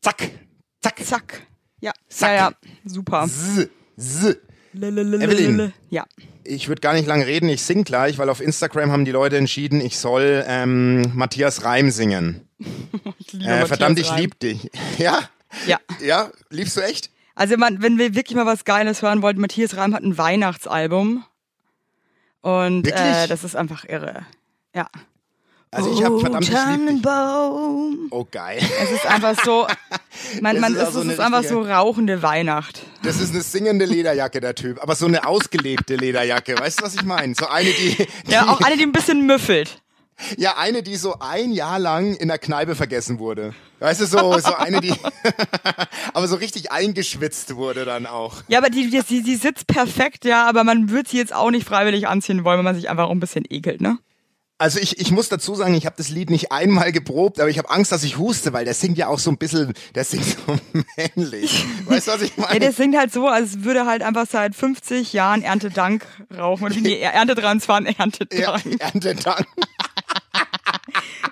Zack. Zack. Zack. Ja. Zack. Ja, ja. Super. Z. Z. Evelyn. Ja. Ich würde gar nicht lange reden, ich sing gleich, weil auf Instagram haben die Leute entschieden, ich soll ähm, Matthias Reim singen. Ich liebe Äh, Matthias verdammt, ich Reim. lieb dich. Ja? Ja. Ja? Liebst du echt? Also man, wenn wir wirklich mal was Geiles hören wollten, Matthias Reim hat ein Weihnachtsalbum. Und äh, Wirklich? das ist einfach irre. Ja. Also ich habe oh, verdammt, ich lieb dich. Tannenbaum. Oh geil. Es ist einfach so, man, Das man ist ist, auch so es eine ist einfach so richtige- rauchende Weihnacht. Das ist eine singende Lederjacke, der Typ. Aber so eine ausgelebte Lederjacke. Weißt du, was ich meine? So eine, die, die Ja, auch eine, die ein bisschen müffelt. ja, eine, die so ein Jahr lang in der Kneipe vergessen wurde. Weißt du, so, so eine, die, aber so richtig eingeschwitzt wurde dann auch. Ja, aber die, die, die, die sitzt perfekt, ja, aber man würde sie jetzt auch nicht freiwillig anziehen wollen, wenn man sich einfach auch ein bisschen ekelt, ne? Also ich, ich muss dazu sagen, ich habe das Lied nicht einmal geprobt, aber ich habe Angst, dass ich huste, weil der singt ja auch so ein bisschen, der singt so männlich. Weißt du, was ich Ja, meine? der singt halt so, als würde halt einfach seit 50 Jahren Erntedank rauchen. Oder wie die Ernte 23, Ja, Erntedank. Erntedank.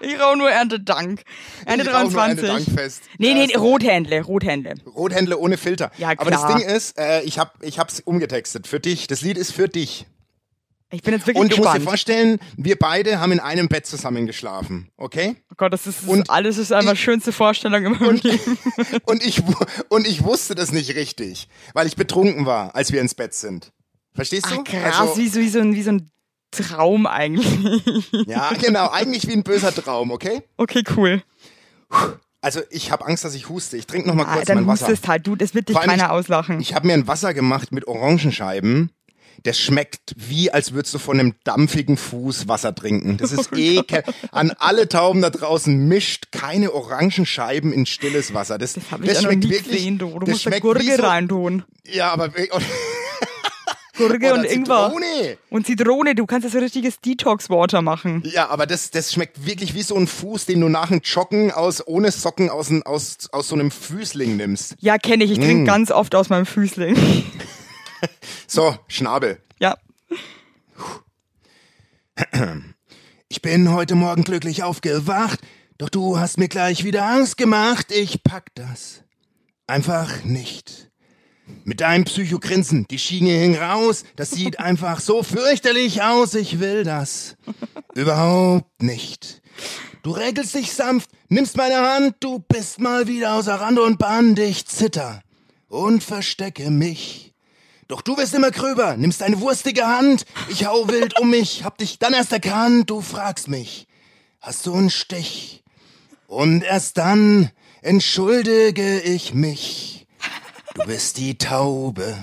Ich rauche nur Erntedank. Ernte Ich rauch nur 23. Erntedankfest. Nee, Ja, nee, Rothändle, Rothändle. Rothändler ohne Filter. Ja, Aber das klar. Ding ist, äh, ich habe ich hab's umgetextet für dich. Das Lied ist für dich. Ich bin jetzt wirklich Und du musst dir gespannt. vorstellen, wir beide haben in einem Bett zusammen geschlafen, okay? Oh Gott, das ist Und- alles ist einfach schönste Vorstellung im Leben. Und ich, wu- und ich wusste das nicht richtig, weil ich betrunken war, als wir ins Bett sind. Verstehst du? Ach, krass, Also- wie, so, wie, so ein, wie so ein Traum eigentlich. Ja, genau, eigentlich wie ein böser Traum, okay? Okay, cool. Also ich habe Angst, dass ich huste. Ich trinke noch mal Ah, kurz dann mein Wasser. hustest halt, du, das wird dich Vor allem keiner ich- auslachen. Ich habe mir ein Wasser gemacht mit Orangenscheiben. Das schmeckt wie, als würdest du von einem dampfigen Fuß Wasser trinken. Das Oh ist ekel. An alle Tauben da draußen mischt keine Orangenscheiben in stilles Wasser. Das, das, Hab ich ja noch schmeckt nie wirklich. gesehen, du. Du das musst da schmeckt Gurke wie so, reintun. Ja, aber und, Gurke und oder Ingwer. Zitrone. Und Zitrone, du kannst das so richtiges Detox-Water machen. Ja, aber das, das schmeckt wirklich wie so ein Fuß, den du nach dem Joggen aus ohne Socken aus, n- aus, aus so einem Füßling nimmst. Ja, kenne ich. Ich Mm. trinke ganz oft aus meinem Füßling. So, Schnabel. ja. Ich bin heute Morgen glücklich aufgewacht, doch du hast mir gleich wieder Angst gemacht. Ich pack das. Einfach nicht. Mit deinem Psychogrinsen, die Schiene hing raus, das sieht einfach so fürchterlich aus, ich will das. Überhaupt nicht. Du regelst dich sanft, nimmst meine Hand, du bist mal wieder außer Rand und Band, ich zitter und verstecke mich. Doch du wirst immer gröber, nimmst deine wurstige Hand. Ich hau wild um mich, hab dich dann erst erkannt. Du fragst mich, hast du einen Stich? Und erst dann entschuldige ich mich. Du bist die Taube,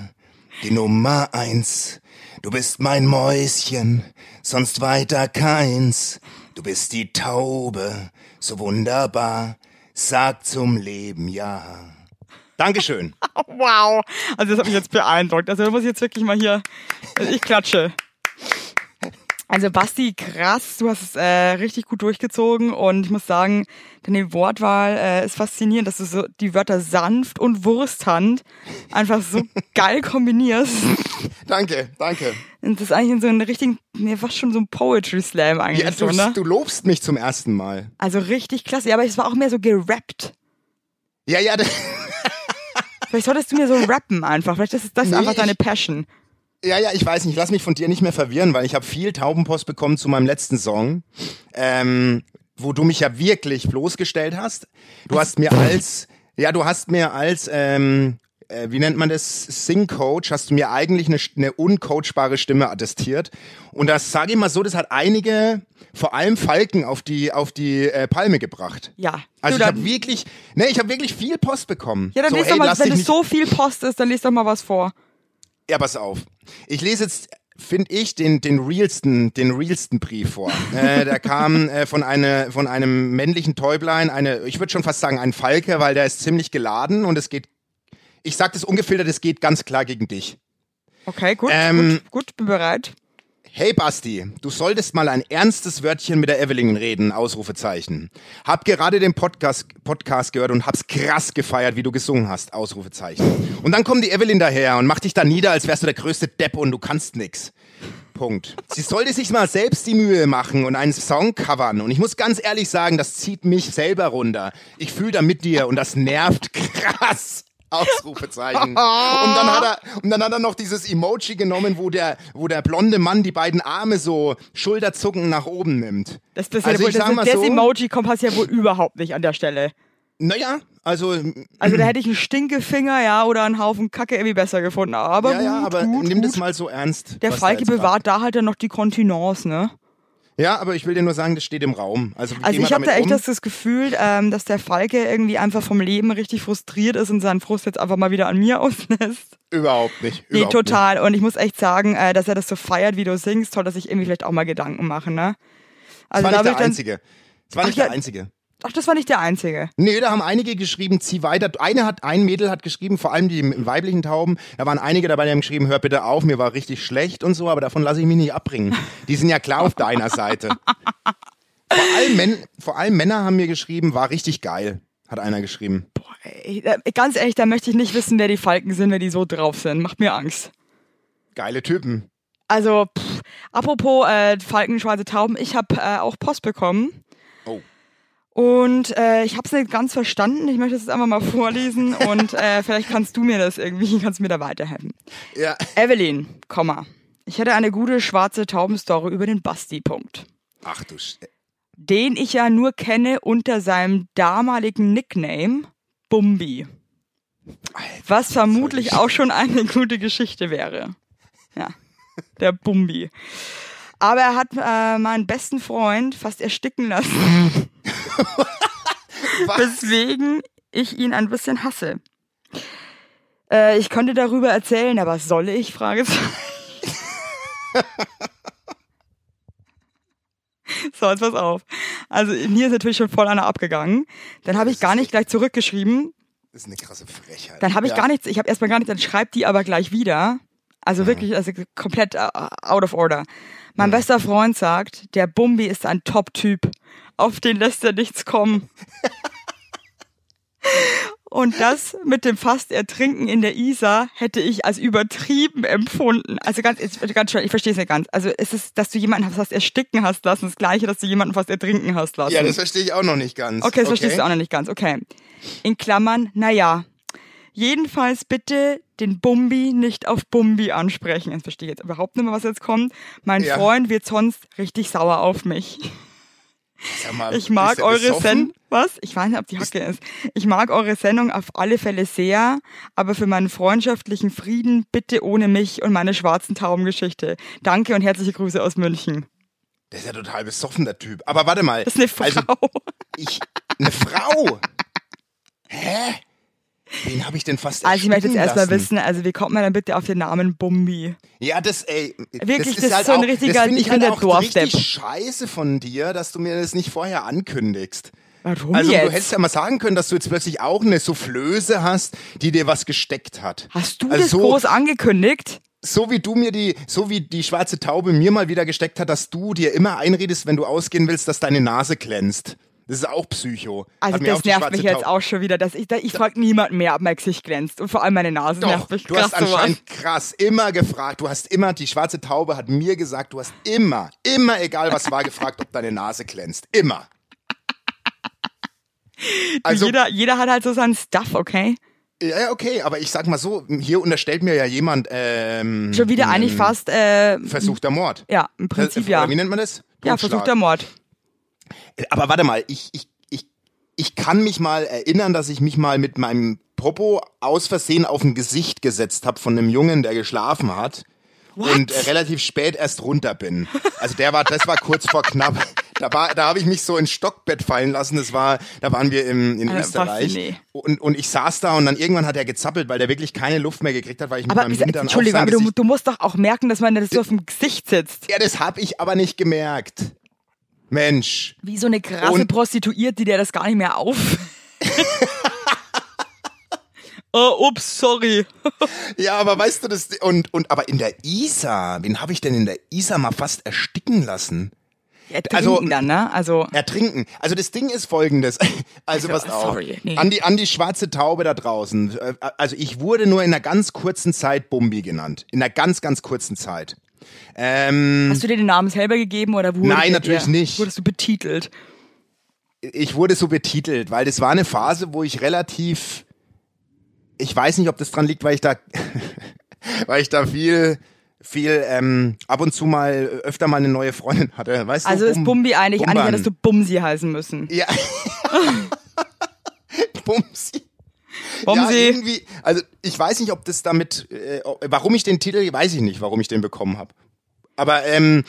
die Nummer eins. Du bist mein Mäuschen, sonst weiter keins. Du bist die Taube, so wunderbar. Sag zum Leben ja. Dankeschön. Wow. Also das hat mich jetzt beeindruckt. Also da muss ich jetzt wirklich mal hier. Ich klatsche. Also Basti, krass, du hast es äh, richtig gut durchgezogen und ich muss sagen, deine Wortwahl äh, ist faszinierend, dass du so die Wörter sanft und Wursthand einfach so geil kombinierst. Danke, danke. Und das ist eigentlich in so einem richtigen, mir fast schon so ein Poetry Slam eigentlich, Ja, so, du, ne? du lobst mich zum ersten Mal. Also richtig klasse, ja, aber es war auch mehr so gerappt. Ja, ja, d- Vielleicht solltest du mir so rappen einfach, vielleicht ist das Nee, einfach deine ich- Passion. ja, ja, ich weiß nicht, ich lass mich von dir nicht mehr verwirren, weil ich habe viel Taubenpost bekommen zu meinem letzten Song, ähm, wo du mich ja wirklich bloßgestellt hast. Du hast mir als, ja, du hast mir als, ähm, äh, wie nennt man das, Sing-Coach, hast du mir eigentlich eine, Sch- eine uncoachbare Stimme attestiert. Und das, sage ich mal so, das hat einige, vor allem Falken, auf die, auf die äh, Palme gebracht. Ja. Also du, ich dann- habe wirklich, ne, ich habe wirklich viel Post bekommen. Ja, dann so, lest hey, doch mal, lass wenn dich es nicht so viel Post ist, dann lest doch mal was vor. Ja, pass auf. Ich lese jetzt, finde ich, den, den realsten, den realsten Brief vor. äh, der kam äh, von, eine, von einem männlichen Täublein, eine, ich würde schon fast sagen, ein Falke, weil der ist ziemlich geladen und es geht. Ich sag das ungefiltert, es geht ganz klar gegen dich. Okay, gut, Ähm, gut, gut, bin bereit. Hey Basti, du solltest mal ein ernstes Wörtchen mit der Evelyn reden, Ausrufezeichen. Hab gerade den Podcast, Podcast gehört und hab's krass gefeiert, wie du gesungen hast, Ausrufezeichen. Und dann kommt die Evelyn daher und macht dich da nieder, als wärst du der größte Depp und du kannst nix. Punkt. Sie sollte sich mal selbst die Mühe machen und einen Song covern. Und ich muss ganz ehrlich sagen, das zieht mich selber runter. Ich fühle da mit dir und das nervt krass. Ausrufezeichen. Und dann, hat er, und dann hat er noch dieses Emoji genommen, wo der, wo der blonde Mann die beiden Arme so schulterzuckend nach oben nimmt. Das, das, Also ja wohl, ich sag das, mal das so- Emoji kommt passt ja wohl überhaupt nicht an der Stelle. Naja, also, Also da hätte ich einen Stinkefinger, ja, oder einen Haufen Kacke irgendwie besser gefunden. Aber ja, ja, gut, aber gut, nimm gut. das mal so ernst. Der was da Falke jetzt bewahrt da halt dann noch die Kontinence, ne? Ja, aber ich will dir nur sagen, das steht im Raum. Also, wie Also gehen wir ich habe damit da echt um? das, das Gefühl, ähm, dass der Falke irgendwie einfach vom Leben richtig frustriert ist und seinen Frust jetzt einfach mal wieder an mir auslässt. Überhaupt nicht. Nee, überhaupt total. Und ich muss echt sagen, äh, dass er das so feiert, wie du singst. Toll, dass ich irgendwie vielleicht auch mal Gedanken mache, ne? Nicht. Also Das war da nicht bin der ich dann, Einzige. Das war Ach nicht ja. der Einzige. ach, das war nicht der Einzige. Nee, da haben einige geschrieben, zieh weiter. Eine hat, ein Mädel hat geschrieben, vor allem die im weiblichen Tauben, da waren einige dabei, die haben geschrieben, hör bitte auf, mir war richtig schlecht und so, aber davon lasse ich mich nicht abbringen. Die sind ja klar auf deiner Seite. Vor allem, Män vor allem Männer haben mir geschrieben, war richtig geil, hat einer geschrieben. Boah, ey, da- ganz ehrlich, da möchte ich nicht wissen, wer die Falken sind, wenn die so drauf sind. Macht mir Angst. Geile Typen. Also, pff, apropos äh, Falken, schwarze Tauben, ich habe äh, auch Post bekommen. Oh. Und äh, ich habe es nicht ganz verstanden. Ich möchte es jetzt einfach mal vorlesen und äh, vielleicht kannst du mir das irgendwie, kannst mir da weiterhelfen. Ja. Evelyn, Komma. Ich hätte eine gute schwarze Tauben-Story über den Basti. Punkt. Ach du Sch Den ich ja nur kenne unter seinem damaligen Nickname Bumbi. Alter, Was vermutlich Völlig. auch schon eine gute Geschichte wäre. Ja, der Bumbi. Aber er hat äh, meinen besten Freund fast ersticken lassen, Was? weswegen ich ihn ein bisschen hasse. Äh, ich könnte darüber erzählen, aber soll ich? Fragezeichen. So, jetzt pass auf. Also mir ist natürlich schon voll einer abgegangen. Dann habe ich gar nicht gleich zurückgeschrieben, Das ist eine krasse Frechheit. Dann habe ich ja. gar nichts, ich habe erstmal gar nichts, dann schreibt die aber gleich wieder. Also wirklich, also komplett äh, out of order. Mein bester Freund sagt, der Bumbi ist ein Top-Typ. Auf den lässt er nichts kommen. Und das mit dem fast Ertrinken in der Isar hätte ich als übertrieben empfunden. Also ganz, jetzt ganz schön, ich verstehe es nicht ganz. Also es ist, dass du jemanden fast ersticken hast lassen, das gleiche, dass du jemanden fast ertrinken hast lassen. Ja, das verstehe ich auch noch nicht ganz. Okay, das verstehst du auch noch nicht ganz. Okay. In Klammern, naja. Jedenfalls bitte den Bumbi nicht auf Bumbi ansprechen. Das verstehe ich jetzt überhaupt nicht mehr, was jetzt kommt. Mein Ja. Freund wird sonst richtig sauer auf mich. Sag mal, Ich mag Also ist der eure besoffen? Sendung. Was? Ich weiß nicht, ob die Hacke ist. Ich mag eure Sendung auf alle Fälle sehr, aber für meinen freundschaftlichen Frieden bitte ohne mich und meine schwarzen Taubengeschichte. Danke und herzliche Grüße aus München. Der ist ja total besoffen, der Typ. Aber warte mal. Das ist eine Frau. Also, ich, eine Frau? Hä? Wen habe ich denn fast also ich möchte jetzt ersticken erstmal lassen? wissen, also wie kommt man dann bitte auf den Namen Bumbi? Ja, das, ey. Wirklich, das ist ist halt so ein auch, richtiger- das find ich bin halt der auch Dorfdepp. richtig scheiße von dir, dass du mir das nicht vorher ankündigst. Warum Also, jetzt? du hättest ja mal sagen können, dass du jetzt plötzlich auch eine Soufflöse hast, die dir was gesteckt hat. Hast du also das so, groß angekündigt? so wie du mir die, so wie die schwarze Taube mir mal wieder gesteckt hat, dass du dir immer einredest, wenn du ausgehen willst, dass deine Nase glänzt. Das ist auch Psycho. Also Hat mir auch das die nervt schwarze mich jetzt Taube- auch schon wieder, dass ich da, ich frag niemanden mehr, ob mein Gesicht glänzt und vor allem meine Nase Doch, nervt mich du krass hast anscheinend krass immer gefragt. Du hast immer, die schwarze Taube hat mir gesagt, du hast immer, immer, egal was war, gefragt, ob deine Nase glänzt. Immer. Also, Also jeder, jeder hat halt so seinen Stuff, okay? ja, ja, okay, aber ich sag mal so, hier unterstellt mir ja jemand, ähm, Schon wieder eigentlich fast, äh, versuchter Mord. ja, im Prinzip ja. Oder Wie nennt man das? Ja, äh, Totschlag. versuchter Mord. Aber warte mal, ich, ich, ich, ich kann mich mal erinnern, dass ich mich mal mit meinem Popo aus Versehen auf ein Gesicht gesetzt habe von einem Jungen, der geschlafen hat. Und äh, relativ spät erst runter bin. Also der war, das war kurz vor knapp. Da, war- da habe ich mich so ins Stockbett fallen lassen. Das war, da waren wir im, in Äh, Österreich. was, nee. Und, und ich saß da und dann irgendwann hat er gezappelt, weil der wirklich keine Luft mehr gekriegt hat, weil ich mit Aber meinem wie- Hintern auf Entschuldigung, sein aber du, Gesicht- du musst doch auch merken, dass man das so auf dem Gesicht sitzt. Ja, das habe ich aber nicht gemerkt. Mensch. Wie so eine krasse Und- Prostituierte, der das gar nicht mehr auf. oh, ups, sorry. Ja, aber weißt du das und und aber in der Isar, wen habe ich denn in der Isar mal fast ersticken lassen? Ertrinken Also- dann, ne? Also, Ertrinken. Also das Ding ist folgendes. Also was Also, auf. sorry, nee. An die an die schwarze Taube da draußen. Äh, Also ich wurde nur in einer ganz kurzen Zeit Bumbi genannt. In einer ganz ganz kurzen Zeit. Ähm, Hast du dir den Namen selber gegeben oder wurde Nein, der natürlich dir, nicht. Wurdest du betitelt? ich wurde so betitelt, weil das war eine Phase, wo ich relativ, ich weiß nicht, ob das dran liegt, weil ich da, weil ich da viel, viel ähm, ab und zu mal öfter mal eine neue Freundin hatte, weißt Also du? ist Bum- Bumbi eigentlich, eigentlich Bumban. hättest du Bumsi heißen müssen. ja. Bumsi. Ja, Bumsi, irgendwie, also ich weiß nicht, ob das damit, äh, warum ich den Titel, weiß ich nicht, warum ich den bekommen habe. Aber ähm,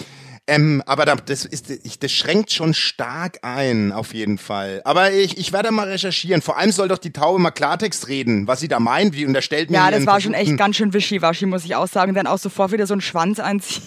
ähm, aber da- das ist, ich- das schränkt schon stark ein, auf jeden Fall. Aber ich, ich werde mal recherchieren. Vor allem soll doch die Taube mal Klartext reden, was sie da meint, wie unterstellt mir. ja, das ihren war schon echt versuchten- ganz schön wischiwaschi, muss ich auch sagen. Dann auch sofort wieder so einen Schwanz einziehen.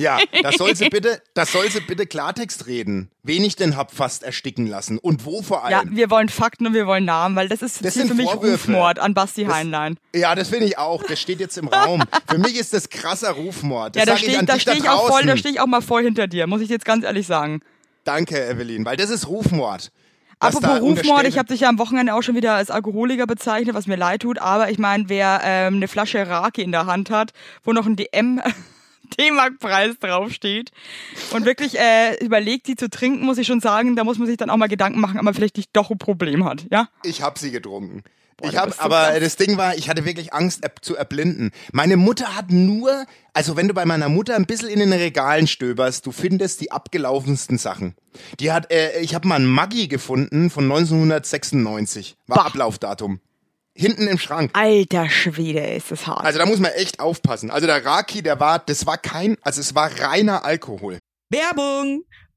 Ja, das soll sie bitte, das soll sie bitte Klartext reden. Wen ich denn hab fast ersticken lassen und wo vor Ja, allem. wir wollen Fakten und wir wollen Namen, weil das ist Das jetzt hier sind für mich Vorwürfe. Rufmord an Basti Heinlein. Ja, das finde ich auch. Das steht jetzt im Raum. Für mich ist das krasser Rufmord. Das Ja, da sag ich stehe an ich, da dich da steh ich auch voll, da draußen. stehe ich auch mal voll hinter dir, muss ich jetzt ganz ehrlich sagen. Danke, Evelyn, weil das ist Rufmord. Was da Apropos Rufmord, unterstellt ich habe dich ja am Wochenende auch schon wieder als Alkoholiker bezeichnet, was mir leid tut, aber ich meine, wer ähm, eine Flasche Raki in der Hand hat, wo noch ein DM D-Mark-Preis draufsteht und wirklich äh, überlegt, die zu trinken, muss ich schon sagen, da muss man sich dann auch mal Gedanken machen, ob man vielleicht nicht doch ein Problem hat, ja? Ich hab sie getrunken. ich du hab, bist so aber krass. das Ding war, ich hatte wirklich Angst er zu erblinden. Meine Mutter hat nur, also wenn du bei meiner Mutter ein bisschen in den Regalen stöberst, du findest die abgelaufensten Sachen. Die hat, äh, ich habe mal einen Maggi gefunden von 1996. War Bah. Ablaufdatum. Hinten im Schrank. Alter Schwede, ist das hart. Also da muss man echt aufpassen. Also der Raki, der war, das war kein, also es war reiner Alkohol. Werbung!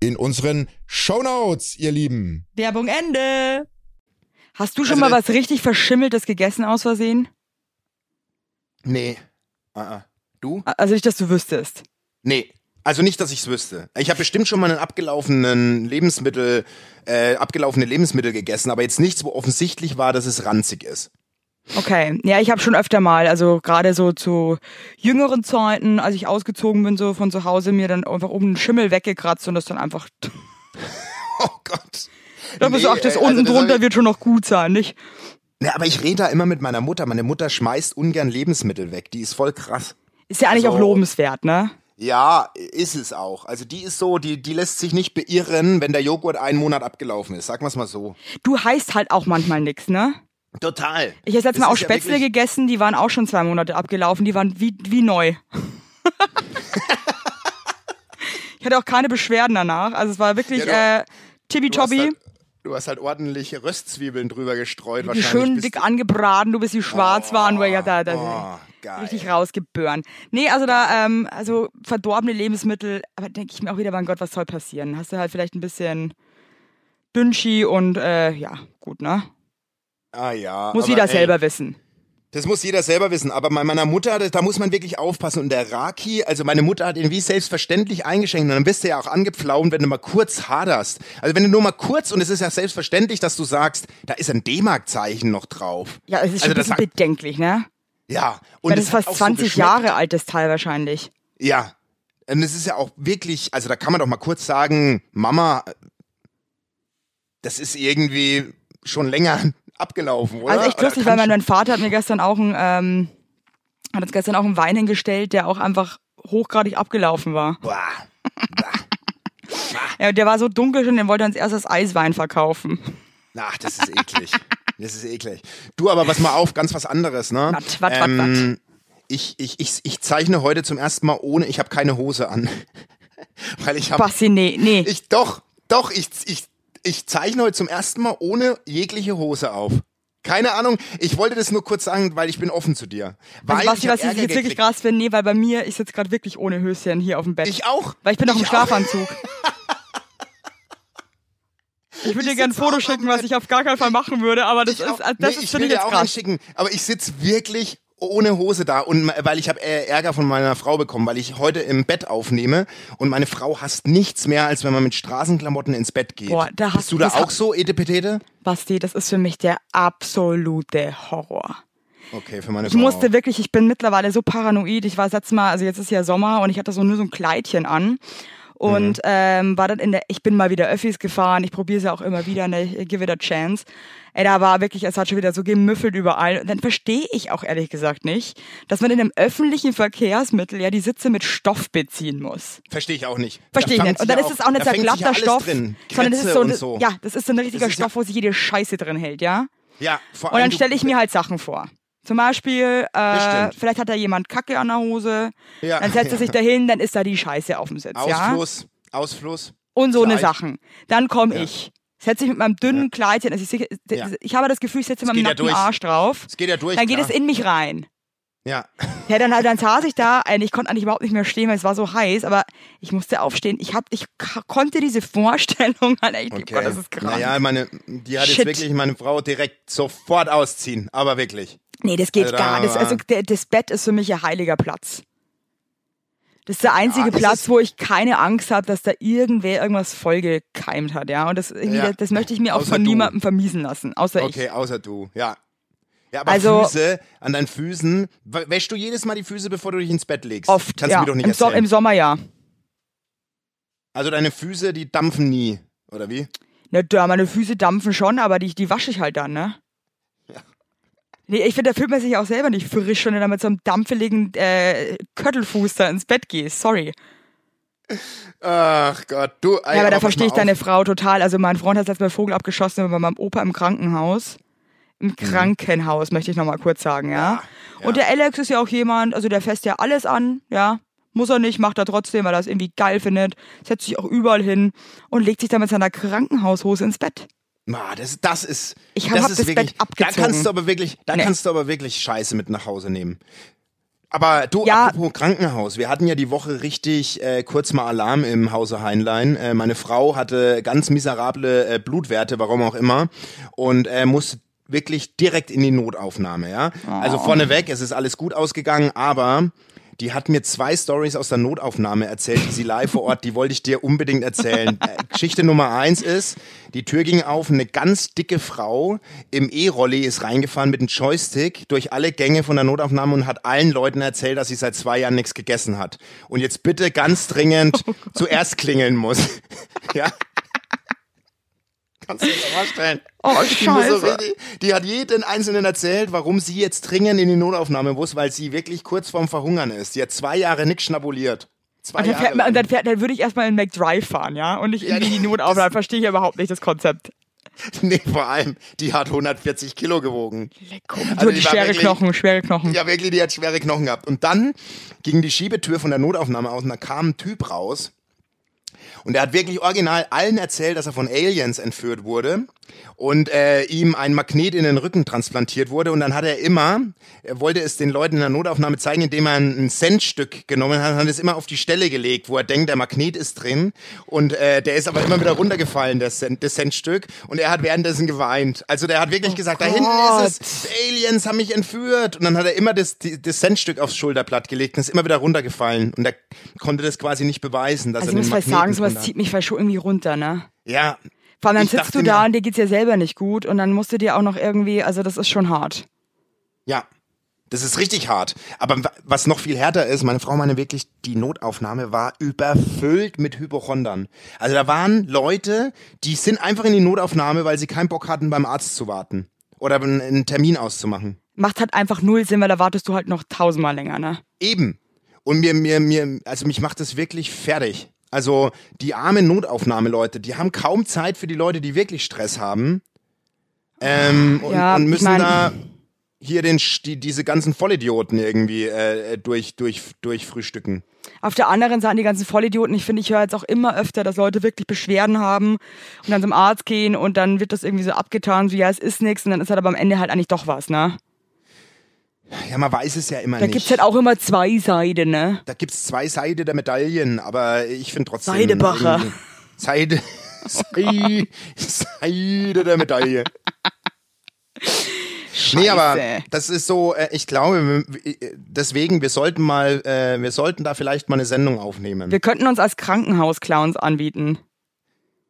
in unseren Shownotes, ihr Lieben. Werbung Ende. Hast du schon Also mal das- was richtig Verschimmeltes gegessen aus Versehen? Nee. Ah, ah. Du? Also nicht, dass du wüsstest. Nee. Also nicht, dass ich's wüsste. Ich habe bestimmt schon mal einen abgelaufenen Lebensmittel, äh, abgelaufene Lebensmittel gegessen, aber jetzt nichts, wo offensichtlich war, dass es ranzig ist. Okay, ja, ich habe schon öfter mal, also gerade so zu jüngeren Zeiten, als ich ausgezogen bin, so von zu Hause, mir dann einfach oben einen Schimmel weggekratzt und das dann einfach. Oh Gott. Da nee, so, ach, das äh, also unten hab drunter ich- wird schon noch gut sein, nicht? Nee, aber ich rede da immer mit meiner Mutter. Meine Mutter schmeißt ungern Lebensmittel weg. Die ist voll krass. Ist ja eigentlich Also- auch lobenswert, ne? Ja, ist es auch. Also die ist so, die, die lässt sich nicht beirren, wenn der Joghurt einen Monat abgelaufen ist. Sagen wir's mal so. Du heißt halt auch manchmal nix, ne? Total. Ich habe letztes Das Mal auch ist ja Spätzle wirklich- gegessen, die waren auch schon zwei Monate abgelaufen, die waren wie, wie neu. ich hatte auch keine Beschwerden danach, also es war wirklich Ja, äh, Du hast, tippitoppi. halt, du hast halt ordentliche Röstzwiebeln drüber gestreut. Die halt wahrscheinlich schön bist dick du- angebraten, du bist wie schwarz waren, weil ja da, da Oh, geil. richtig rausgebören. Nee, also da, ähm, also verdorbene Lebensmittel, aber denke ich mir auch wieder, mein Gott, was soll passieren? Hast du halt vielleicht ein bisschen Dünnschi und äh, ja, gut, ne? Ah ja. Muss aber jeder ey, selber wissen. Das muss jeder selber wissen. Aber bei meiner Mutter, das- da muss man wirklich aufpassen. Und der Raki, also meine Mutter hat ihn wie selbstverständlich eingeschenkt. Und dann bist du ja auch angepflaumt, wenn du mal kurz haderst. Also wenn du nur mal kurz, und es ist ja selbstverständlich, dass du sagst, da ist ein D-Mark-Zeichen noch drauf. Ja, es ist also schon ein das bisschen hat, bedenklich, ne? Ja. Und Und das ist es hat fast auch so 20 geschmeckt. Jahre alt, das Teil wahrscheinlich. Ja. Und es ist ja auch wirklich, also da kann man doch mal kurz sagen, Mama, das ist irgendwie, schon länger abgelaufen, oder? Also echt lustig, Oder weil kann mein, mein Vater hat mir gestern auch ein, ähm, hat uns gestern auch einen Wein hingestellt, der auch einfach hochgradig abgelaufen war. schon- Boah. Ja, und der war so dunkel schon, den wollte er uns erst als Eiswein verkaufen. Ach, das ist eklig. Das ist eklig. Du, aber was mal auf, ganz was anderes, ne? Ähm, Wat, wat, wat, Ich, ich, ich, ich zeichne heute zum ersten Mal ohne, ich habe keine Hose an. Weil ich habe. Basti, nee, nee. Ich doch, doch, ich, ich, ich zeichne heute zum ersten Mal ohne jegliche Hose auf. Keine Ahnung, ich wollte das nur kurz sagen, weil ich bin offen zu dir. Weil also Basti, ich hab was ich Ärger jetzt wirklich gekriegt. krass finde, nee, weil bei mir, ich sitze gerade wirklich ohne Höschen hier auf dem Bett. Ich auch. weil ich bin noch im auch. Schlafanzug. Ich würde dir Ich gerne ein sitz auch Foto auf dem schicken, was Bett. ich auf gar keinen Fall machen würde, aber das Ich ist, auch. also Nee, das ist will finde ich dir jetzt auch eins krass. schicken, aber ich sitz wirklich ohne Hose da und weil ich habe Ärger von meiner Frau bekommen, weil ich heute im Bett aufnehme und meine Frau hasst nichts mehr, als wenn man mit Straßenklamotten ins Bett geht. Boah, da hast- Bist du da das auch hab- so, Etepetete? Basti, das ist für mich der absolute Horror. Okay, für meine Ich Frau. musste auch. wirklich, ich bin mittlerweile so paranoid. Ich war das letzte Mal, also jetzt ist ja Sommer und ich hatte so nur so ein Kleidchen an. Und Mhm. ähm, war dann in der, ich bin mal wieder Öffis gefahren, ich probiere es ja auch immer wieder, ne, ich give it a chance. Ey, da war wirklich, es hat schon wieder so gemüffelt überall. Und dann verstehe ich auch ehrlich gesagt nicht, dass man in einem öffentlichen Verkehrsmittel ja die Sitze mit Stoff beziehen muss. Verstehe ich auch nicht. Verstehe ich Da nicht. fangt Und dann sich ist es ja auch nicht da so ein fängt sich ja glatter alles Stoff, drin. sondern es ist Kretze so, und ein- so. ja, das ist so ein richtiger ist ja- Stoff, wo sich jede Scheiße drin hält, ja? ja vor Und allem dann du- stelle ich mir halt Sachen vor. Zum Beispiel, äh, Bestimmt. vielleicht hat da jemand Kacke an der Hose, Ja. dann setzt er sich dahin, dann ist da die Scheiße auf dem Sitz, ja? Ausfluss, Ausfluss. Und so eine Vielleicht. Sachen. Dann komme Ja. ich, setze ich mit meinem dünnen Kleidchen, also ich, se- Ja. ich habe das Gefühl, ich setze meinen geht ja nackten durch. Arsch drauf, Es geht ja durch. dann geht klar. es eh- Oh in mich rein. Ja. Ja, dann, dann saß ich da, ey, ich konnte eigentlich überhaupt nicht mehr stehen, weil es war so heiß, aber ich musste aufstehen. Ich, hab, ich k- konnte diese Vorstellung, halt echt, Okay. Gott, das ist krank. Naja, meine, die hat jetzt Shit. wirklich meine Frau direkt sofort ausziehen, aber wirklich. Nee, das geht Also da gar nicht. war- Also der, das Bett ist für mich ein heiliger Platz. Das ist der einzige das Platz, ist- wo ich keine Angst habe, dass da irgendwer irgendwas vollgekeimt hat, ja. Und das, irgendwie, Ja. das, das möchte ich mir auch Außer von du. niemandem vermiesen lassen, außer Okay, ich. außer du, ja. Ja, aber Also- Füße, an deinen Füßen, w- wäschst du jedes Mal die Füße, bevor du dich ins Bett legst? Oft, Kannst ja. du mir doch nicht Im, so erzählen. Im Sommer ja. also deine Füße, die dampfen nie, oder wie? Na, da, meine Füße dampfen schon, aber die, die wasche ich halt dann, ne? Nee, ich finde, da fühlt man sich auch selber nicht frisch, wenn du da mit so einem dampfeligen äh, Köttelfuß da ins Bett gehst. Sorry. Ach Gott, du. Ja, aber da verstehe ich deine Frau total. Also mein Freund hat letztes Mal Vogel abgeschossen, aber bei meinem Opa im Krankenhaus. Im Krankenhaus, möchte ich nochmal kurz sagen, Mhm. ja. Und der Alex ist ja auch jemand, also der fässt ja alles an, ja. Muss er nicht, macht er trotzdem, weil er es irgendwie geil findet. Setzt sich auch überall hin und legt sich dann mit seiner Krankenhaushose ins Bett. Ma, das, das ist. Ich hab- das hab ist das wirklich, Bett abgezogen. Da kannst du aber wirklich, da Nee. kannst du aber wirklich Scheiße mit nach Hause nehmen. Aber du, Ja. apropos Krankenhaus, wir hatten ja die Woche richtig äh, kurz mal Alarm im Hause Heinlein. Äh, meine Frau hatte ganz miserable äh, Blutwerte, warum auch immer, und äh, musste wirklich direkt in die Notaufnahme, ja. Oh. Also vorneweg, es ist alles gut ausgegangen, aber die hat mir zwei Stories aus der Notaufnahme erzählt, die sie live vor Ort, die wollte ich dir unbedingt erzählen. Äh, Geschichte Nummer eins ist, die Tür ging auf, eine ganz dicke Frau im E-Rolli ist reingefahren mit einem Joystick durch alle Gänge von der Notaufnahme und hat allen Leuten erzählt, dass sie seit zwei Jahren nichts gegessen hat. Und jetzt bitte ganz dringend Oh zuerst klingeln muss. ja? Kannst du dir das vorstellen? Oh, Die, muss so scheiße. richtig, die hat jeden Einzelnen erzählt, warum sie jetzt dringend in die Notaufnahme muss, weil sie wirklich kurz vorm Verhungern ist. Sie hat zwei Jahre nichts schnabuliert. Zwei Und dann, Jahre Also fährt, man- und lang. dann, fährt, dann würde ich erstmal in McDrive fahren, ja. Und nicht irgendwie in die Notaufnahme. Verstehe ich ja überhaupt nicht das Konzept. Nee, vor allem, die hat 140 Kilo gewogen. so Also die die war schwere wirklich- Knochen, schwere Knochen. Ja, wirklich, die hat schwere Knochen gehabt. Und dann ging die Schiebetür von der Notaufnahme aus und da kam ein Typ raus. Und er hat wirklich original allen erzählt, dass er von Aliens entführt wurde und äh, ihm ein Magnet in den Rücken transplantiert wurde. Und dann hat er immer, er wollte es den Leuten in der Notaufnahme zeigen, indem er ein, ein Centstück genommen hat, und hat es immer auf die Stelle gelegt, wo er denkt, der Magnet ist drin. Und äh, der ist aber immer wieder runtergefallen, der Cent, das Centstück. Und er hat währenddessen geweint. Also der hat wirklich gesagt, da hinten ist es, Aliens haben mich entführt. Und dann hat er immer das, die- das Centstück aufs Schulterblatt gelegt und ist immer wieder runtergefallen. Und er konnte das quasi nicht beweisen, dass Also ich er muss den vielleicht Magneten sagen, sowas drunter hat. zieht mich vielleicht schon irgendwie runter, ne? Ja. Vor allem dann Ich sitzt dachte du da mir- und dir geht's ja selber nicht gut und dann musst du dir auch noch irgendwie, also das ist schon hart. Ja. Das ist richtig hart. Aber wa- was noch viel härter ist, meine Frau meine wirklich, die Notaufnahme war überfüllt mit Hypochondern. Also da waren Leute, die sind einfach in die Notaufnahme, weil sie keinen Bock hatten, beim Arzt zu warten. Oder einen einen Termin auszumachen. Macht halt einfach null Sinn, weil da wartest du halt noch tausendmal länger, ne? Eben. Und mir, mir, mir, also mich macht das wirklich fertig. Also die armen Notaufnahmeleute, die haben kaum Zeit für die Leute, die wirklich Stress haben. Ähm, und, Ja, und ich müssen mein- da hier den, Sch- die, diese ganzen Vollidioten irgendwie äh, äh, durch, durch, durch frühstücken. Auf der anderen Seite die ganzen Vollidioten. Ich finde, ich höre jetzt auch immer öfter, dass Leute wirklich Beschwerden haben und dann zum Arzt gehen und dann wird das irgendwie so abgetan, so ja, es ist nichts und dann ist halt aber am Ende halt eigentlich doch was, ne? Ja, man weiß es ja immer Da nicht. gibt's halt auch immer zwei Seiten, ne? da gibt's zwei Seiten der Medaillen, aber ich finde trotzdem. Seidebacher. irgendwie- Seide. Sei, Seide der Medaille. Nee, aber Scheiße. das ist so, äh, ich glaube, wir- äh, deswegen, wir sollten mal, äh, wir sollten da vielleicht mal eine Sendung aufnehmen. Wir könnten uns als Krankenhausclowns anbieten.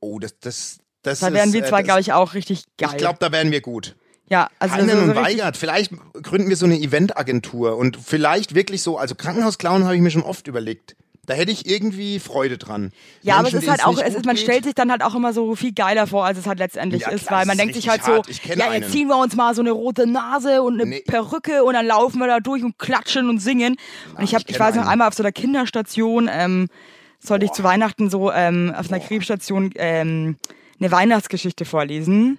oh, das, das, das Da ist, wären wir äh, zwei, das- glaube ich, auch richtig geil. Ich glaube, da wären wir gut. ja, also das Heinen ist so und richtig, Weigert, vielleicht gründen wir so eine Eventagentur und vielleicht wirklich so, also Krankenhausclown habe ich mir schon oft überlegt. Da hätte ich irgendwie Freude dran. ja, aber es Menschen, ist denen halt auch, nicht es gut ist, man geht. stellt sich dann halt auch immer so viel geiler vor, als es halt letztendlich Ja, ist, klar, weil es man ist denkt sich halt richtig so, hart. Ich ja, kenne jetzt einen. ziehen wir uns mal so eine rote Nase und eine Nee. Perücke und dann laufen wir da durch und klatschen und singen. und ich ich habe, ich, kenne weiß noch einen. einmal auf so einer Kinderstation, ähm, sollte ich zu Weihnachten so ähm, auf einer Krebsstation ähm, eine Weihnachtsgeschichte vorlesen.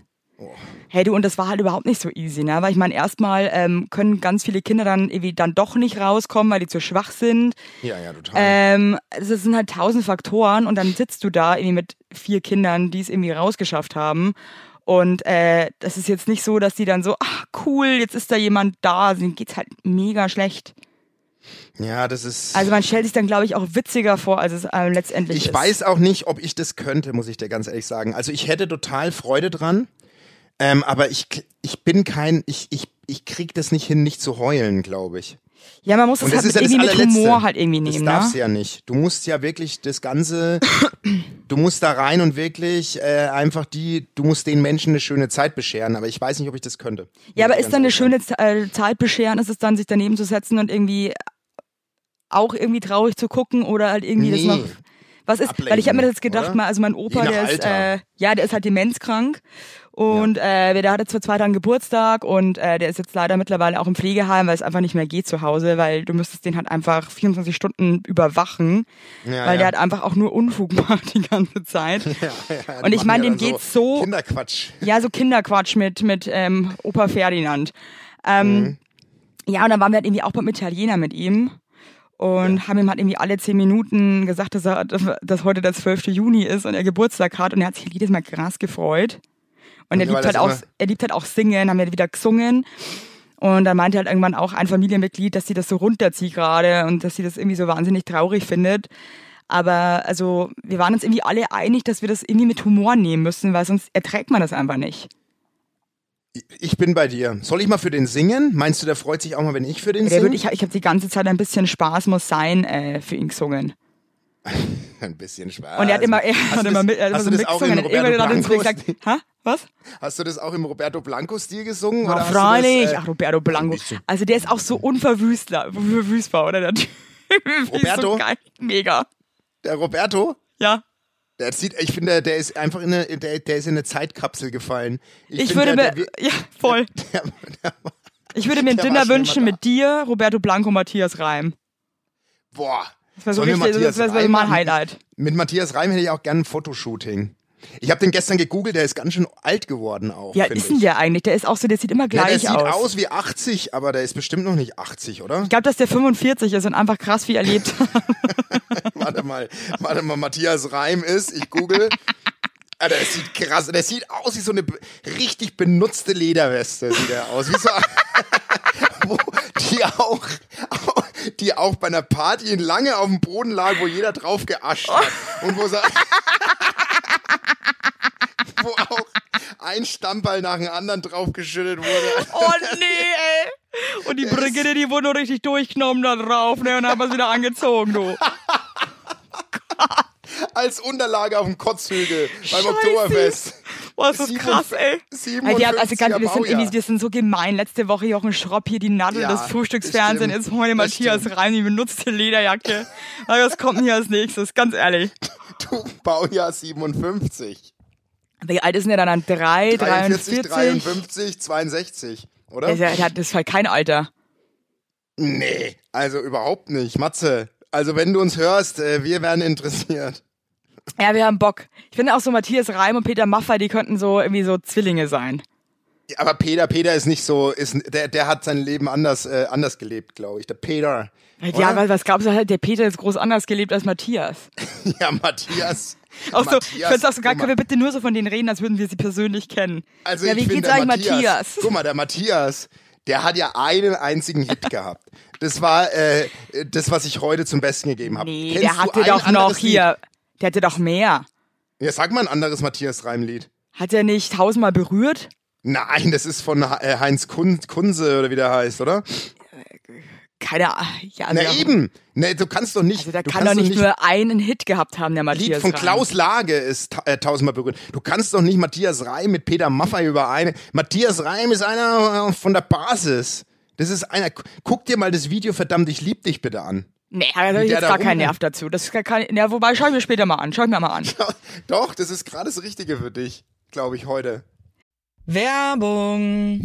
Hey du, und das war halt überhaupt nicht so easy, ne? Weil ich meine, erstmal ähm, können ganz viele Kinder dann irgendwie dann doch nicht rauskommen, weil die zu schwach sind. Ja, ja, total. Ähm, also es sind halt tausend Faktoren und dann sitzt du da irgendwie mit vier Kindern, die es irgendwie rausgeschafft haben. Und äh, das ist jetzt nicht so, dass die dann so, ach cool, jetzt ist da jemand da, denen geht's halt mega schlecht. ja, das ist. Also man stellt sich dann, glaube ich, auch witziger vor, als es ähm, letztendlich ist. ich weiß auch nicht, ob ich das könnte, muss ich dir ganz ehrlich sagen. Also ich hätte total Freude dran, ähm, aber ich, ich bin kein, ich, ich, ich krieg das nicht hin, nicht zu heulen, glaube ich. Ja, man muss es Und das halt ist mit, ja das irgendwie mit allerletzte. Humor halt irgendwie nehmen, Das darfst ne? du ja nicht. Du musst ja wirklich das Ganze, du musst da rein und wirklich äh, einfach die, du musst den Menschen eine schöne Zeit bescheren. Aber ich weiß nicht, ob ich das könnte. Ja, Muss aber ich ist ganz dann eine ehrlich sagen. schöne Z- äh, Zeit bescheren, ist es dann, sich daneben zu setzen und irgendwie auch irgendwie traurig zu gucken oder halt irgendwie das Nee. noch. Was ist, weil ich habe mir das jetzt Ablenken, gedacht, oder? mal, also mein Je Opa, nach der ist, Alter. äh, ja, der ist halt demenzkrank und äh, der hatte vor zwei Tagen Geburtstag und äh, der ist jetzt leider mittlerweile auch im Pflegeheim, weil es einfach nicht mehr geht zu Hause, weil du müsstest den halt einfach 24 Stunden überwachen, Ja, weil ja. der hat einfach auch nur Unfug macht die ganze Zeit. Ja, die und ich machen meine, ja dem dann geht's so Kinderquatsch. ja, so Kinderquatsch mit, mit ähm, Opa Ferdinand. Ähm, Mhm. Ja, und dann waren wir halt irgendwie auch beim Italiener mit ihm. Und haben ihm halt irgendwie alle zehn Minuten gesagt, dass, er, dass heute der 12. Juni ist und er Geburtstag hat. Und er hat sich halt jedes Mal krass gefreut. Und Und weil er liebt, das halt auch, immer- er liebt halt auch singen, haben wir wieder gesungen. Und dann meinte halt irgendwann auch ein Familienmitglied, dass sie das so runterzieht gerade und dass sie das irgendwie so wahnsinnig traurig findet. Aber also, wir waren uns irgendwie alle einig, dass wir das irgendwie mit Humor nehmen müssen, weil sonst erträgt man das einfach nicht. Ich bin bei dir. Soll ich mal für den singen? Meinst du, der freut sich auch mal, wenn ich für den Der singe? wird, ich hab- ich habe die ganze Zeit ein bisschen Spaß muss sein äh, für ihn gesungen. Ein bisschen Spaß. Und er hat immer, er hat du immer, das- mit, er hat Also, immer hast so du das auch in mitgesungen. Er hat immer dann ins Roberto Bild gesagt, Blanco- hä, was? Hast du das auch im Roberto Blanco-Stil gesungen? Ja, oder hast du das, freilich. äh, Ach, Roberto Blanco. bisschen. Also der ist auch so unverwüstler, verwüstbar, oder? Der Typ ist So Roberto? geil. Mega. der Roberto? Ja. Der sieht, ich finde, der ist einfach in eine, der, der ist in eine Zeitkapsel gefallen. Ich, finde, würde der, mir, der, ja, voll. der, der, Ich würde mir ein der war Dinner schon wünschen immer da. mit dir, Roberto Blanco, Matthias Reim. boah. Das wäre so Sollen wir richtig, das Matthias wäre wär so Reim mein machen? Highlight. Mit Matthias Reim hätte ich auch gerne ein Fotoshooting. Ich habe den gestern gegoogelt, der ist ganz schön alt geworden auch. Ja, finde ist ich. denn der eigentlich? Der ist auch so, der sieht immer Ja, der gleich sieht aus. aus. wie 80, aber der ist bestimmt noch nicht 80, oder? Ich glaube, dass der 45 ist und einfach krass viel erlebt hat. Warte mal, warte mal, Matthias Reim ist, ich google. Alter, das sieht krass, der sieht aus wie so eine be- richtig benutzte Lederweste, sieht er aus. Wie so, wo, die, auch, die auch bei einer Party lange auf dem Boden lag, wo jeder drauf geascht hat. Und wo, so, wo auch ein Stammball nach dem anderen draufgeschüttet wurde. Oh nee, ey. Und die Brigitte, die wurde noch richtig durchgenommen da drauf, ne? Und dann haben wir es wieder angezogen, du. Als Unterlage auf dem Kotzhügel beim Scheiße. Oktoberfest. Boah, ist das krass, ey. Ey, die haben, also ganz ehrlich, wir sind, irgendwie, wir sind so gemein. Letzte Woche Jochen Schropp hier, die Nadel Ja, des Frühstücksfernsehens. das stimmt, Jetzt holen wir das Matthias stimmt. rein, die benutzte Lederjacke. Aber was kommt denn hier als nächstes? Ganz ehrlich. Du, Baujahr 57. Wie alt ist denn der dann? Drei, 43, 43? 53, 62, oder? Das ist ja- das ist halt kein Alter. Nee, also überhaupt nicht. Matze, also wenn du uns hörst, äh, wir werden interessiert. Ja, wir haben Bock. Ich finde auch so Matthias Reim und Peter Maffay, die könnten so irgendwie so Zwillinge sein. Ja, Aber Peter, Peter ist nicht so, ist, der, der hat sein Leben anders, äh, anders gelebt, glaube ich. Der Peter. Ja, oder? weil was glaubst du, hat der Peter jetzt groß anders gelebt als Matthias? ja Matthias. Auch so, ich Matthias, finde auch so geil, guck mal. können wir bitte nur so von denen reden, als würden wir sie persönlich kennen. Also ja, ich wie finde, geht's der eigentlich Matthias? Guck mal, der Matthias, der hat ja einen einzigen Hit gehabt. Das war äh, das, was ich heute zum Besten gegeben habe. Nee, Kennst der du hatte ein doch anderes noch hier, der hatte doch mehr. Lied? Ja, sag mal ein anderes Matthias-Reimlied. Hat er nicht tausendmal berührt? Nein, das ist von äh, Heinz Kun Kunze oder wie der heißt, oder? Keine Ahnung. Ja, also, Na ja, eben. Ne, du kannst doch nicht. Also der du kann kannst doch nicht, nur einen Hit gehabt haben, der Matthias Lied von Reim. Klaus Lage ist ta äh, tausendmal berühmt. Du kannst doch nicht Matthias Reim mit Peter Maffay überein. Matthias Reim ist einer äh, von der Basis. Das ist einer. Guck dir mal das Video, verdammt, ich lieb dich bitte an. Nee, da habe Wie ich der jetzt da gar keinen rumrennt. Nerv dazu. Das ist gar kein, ja, wobei, schau ich mir später mal an. Schau ich mir mal an. Doch, das ist gerade das Richtige für dich, glaube ich, heute. Werbung.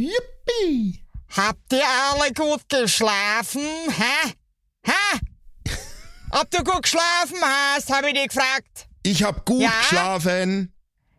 Habt ihr alle gut geschlafen? Hä? Hä? Ob du gut geschlafen hast, habe ich dich gefragt. Ich hab gut Ja? geschlafen.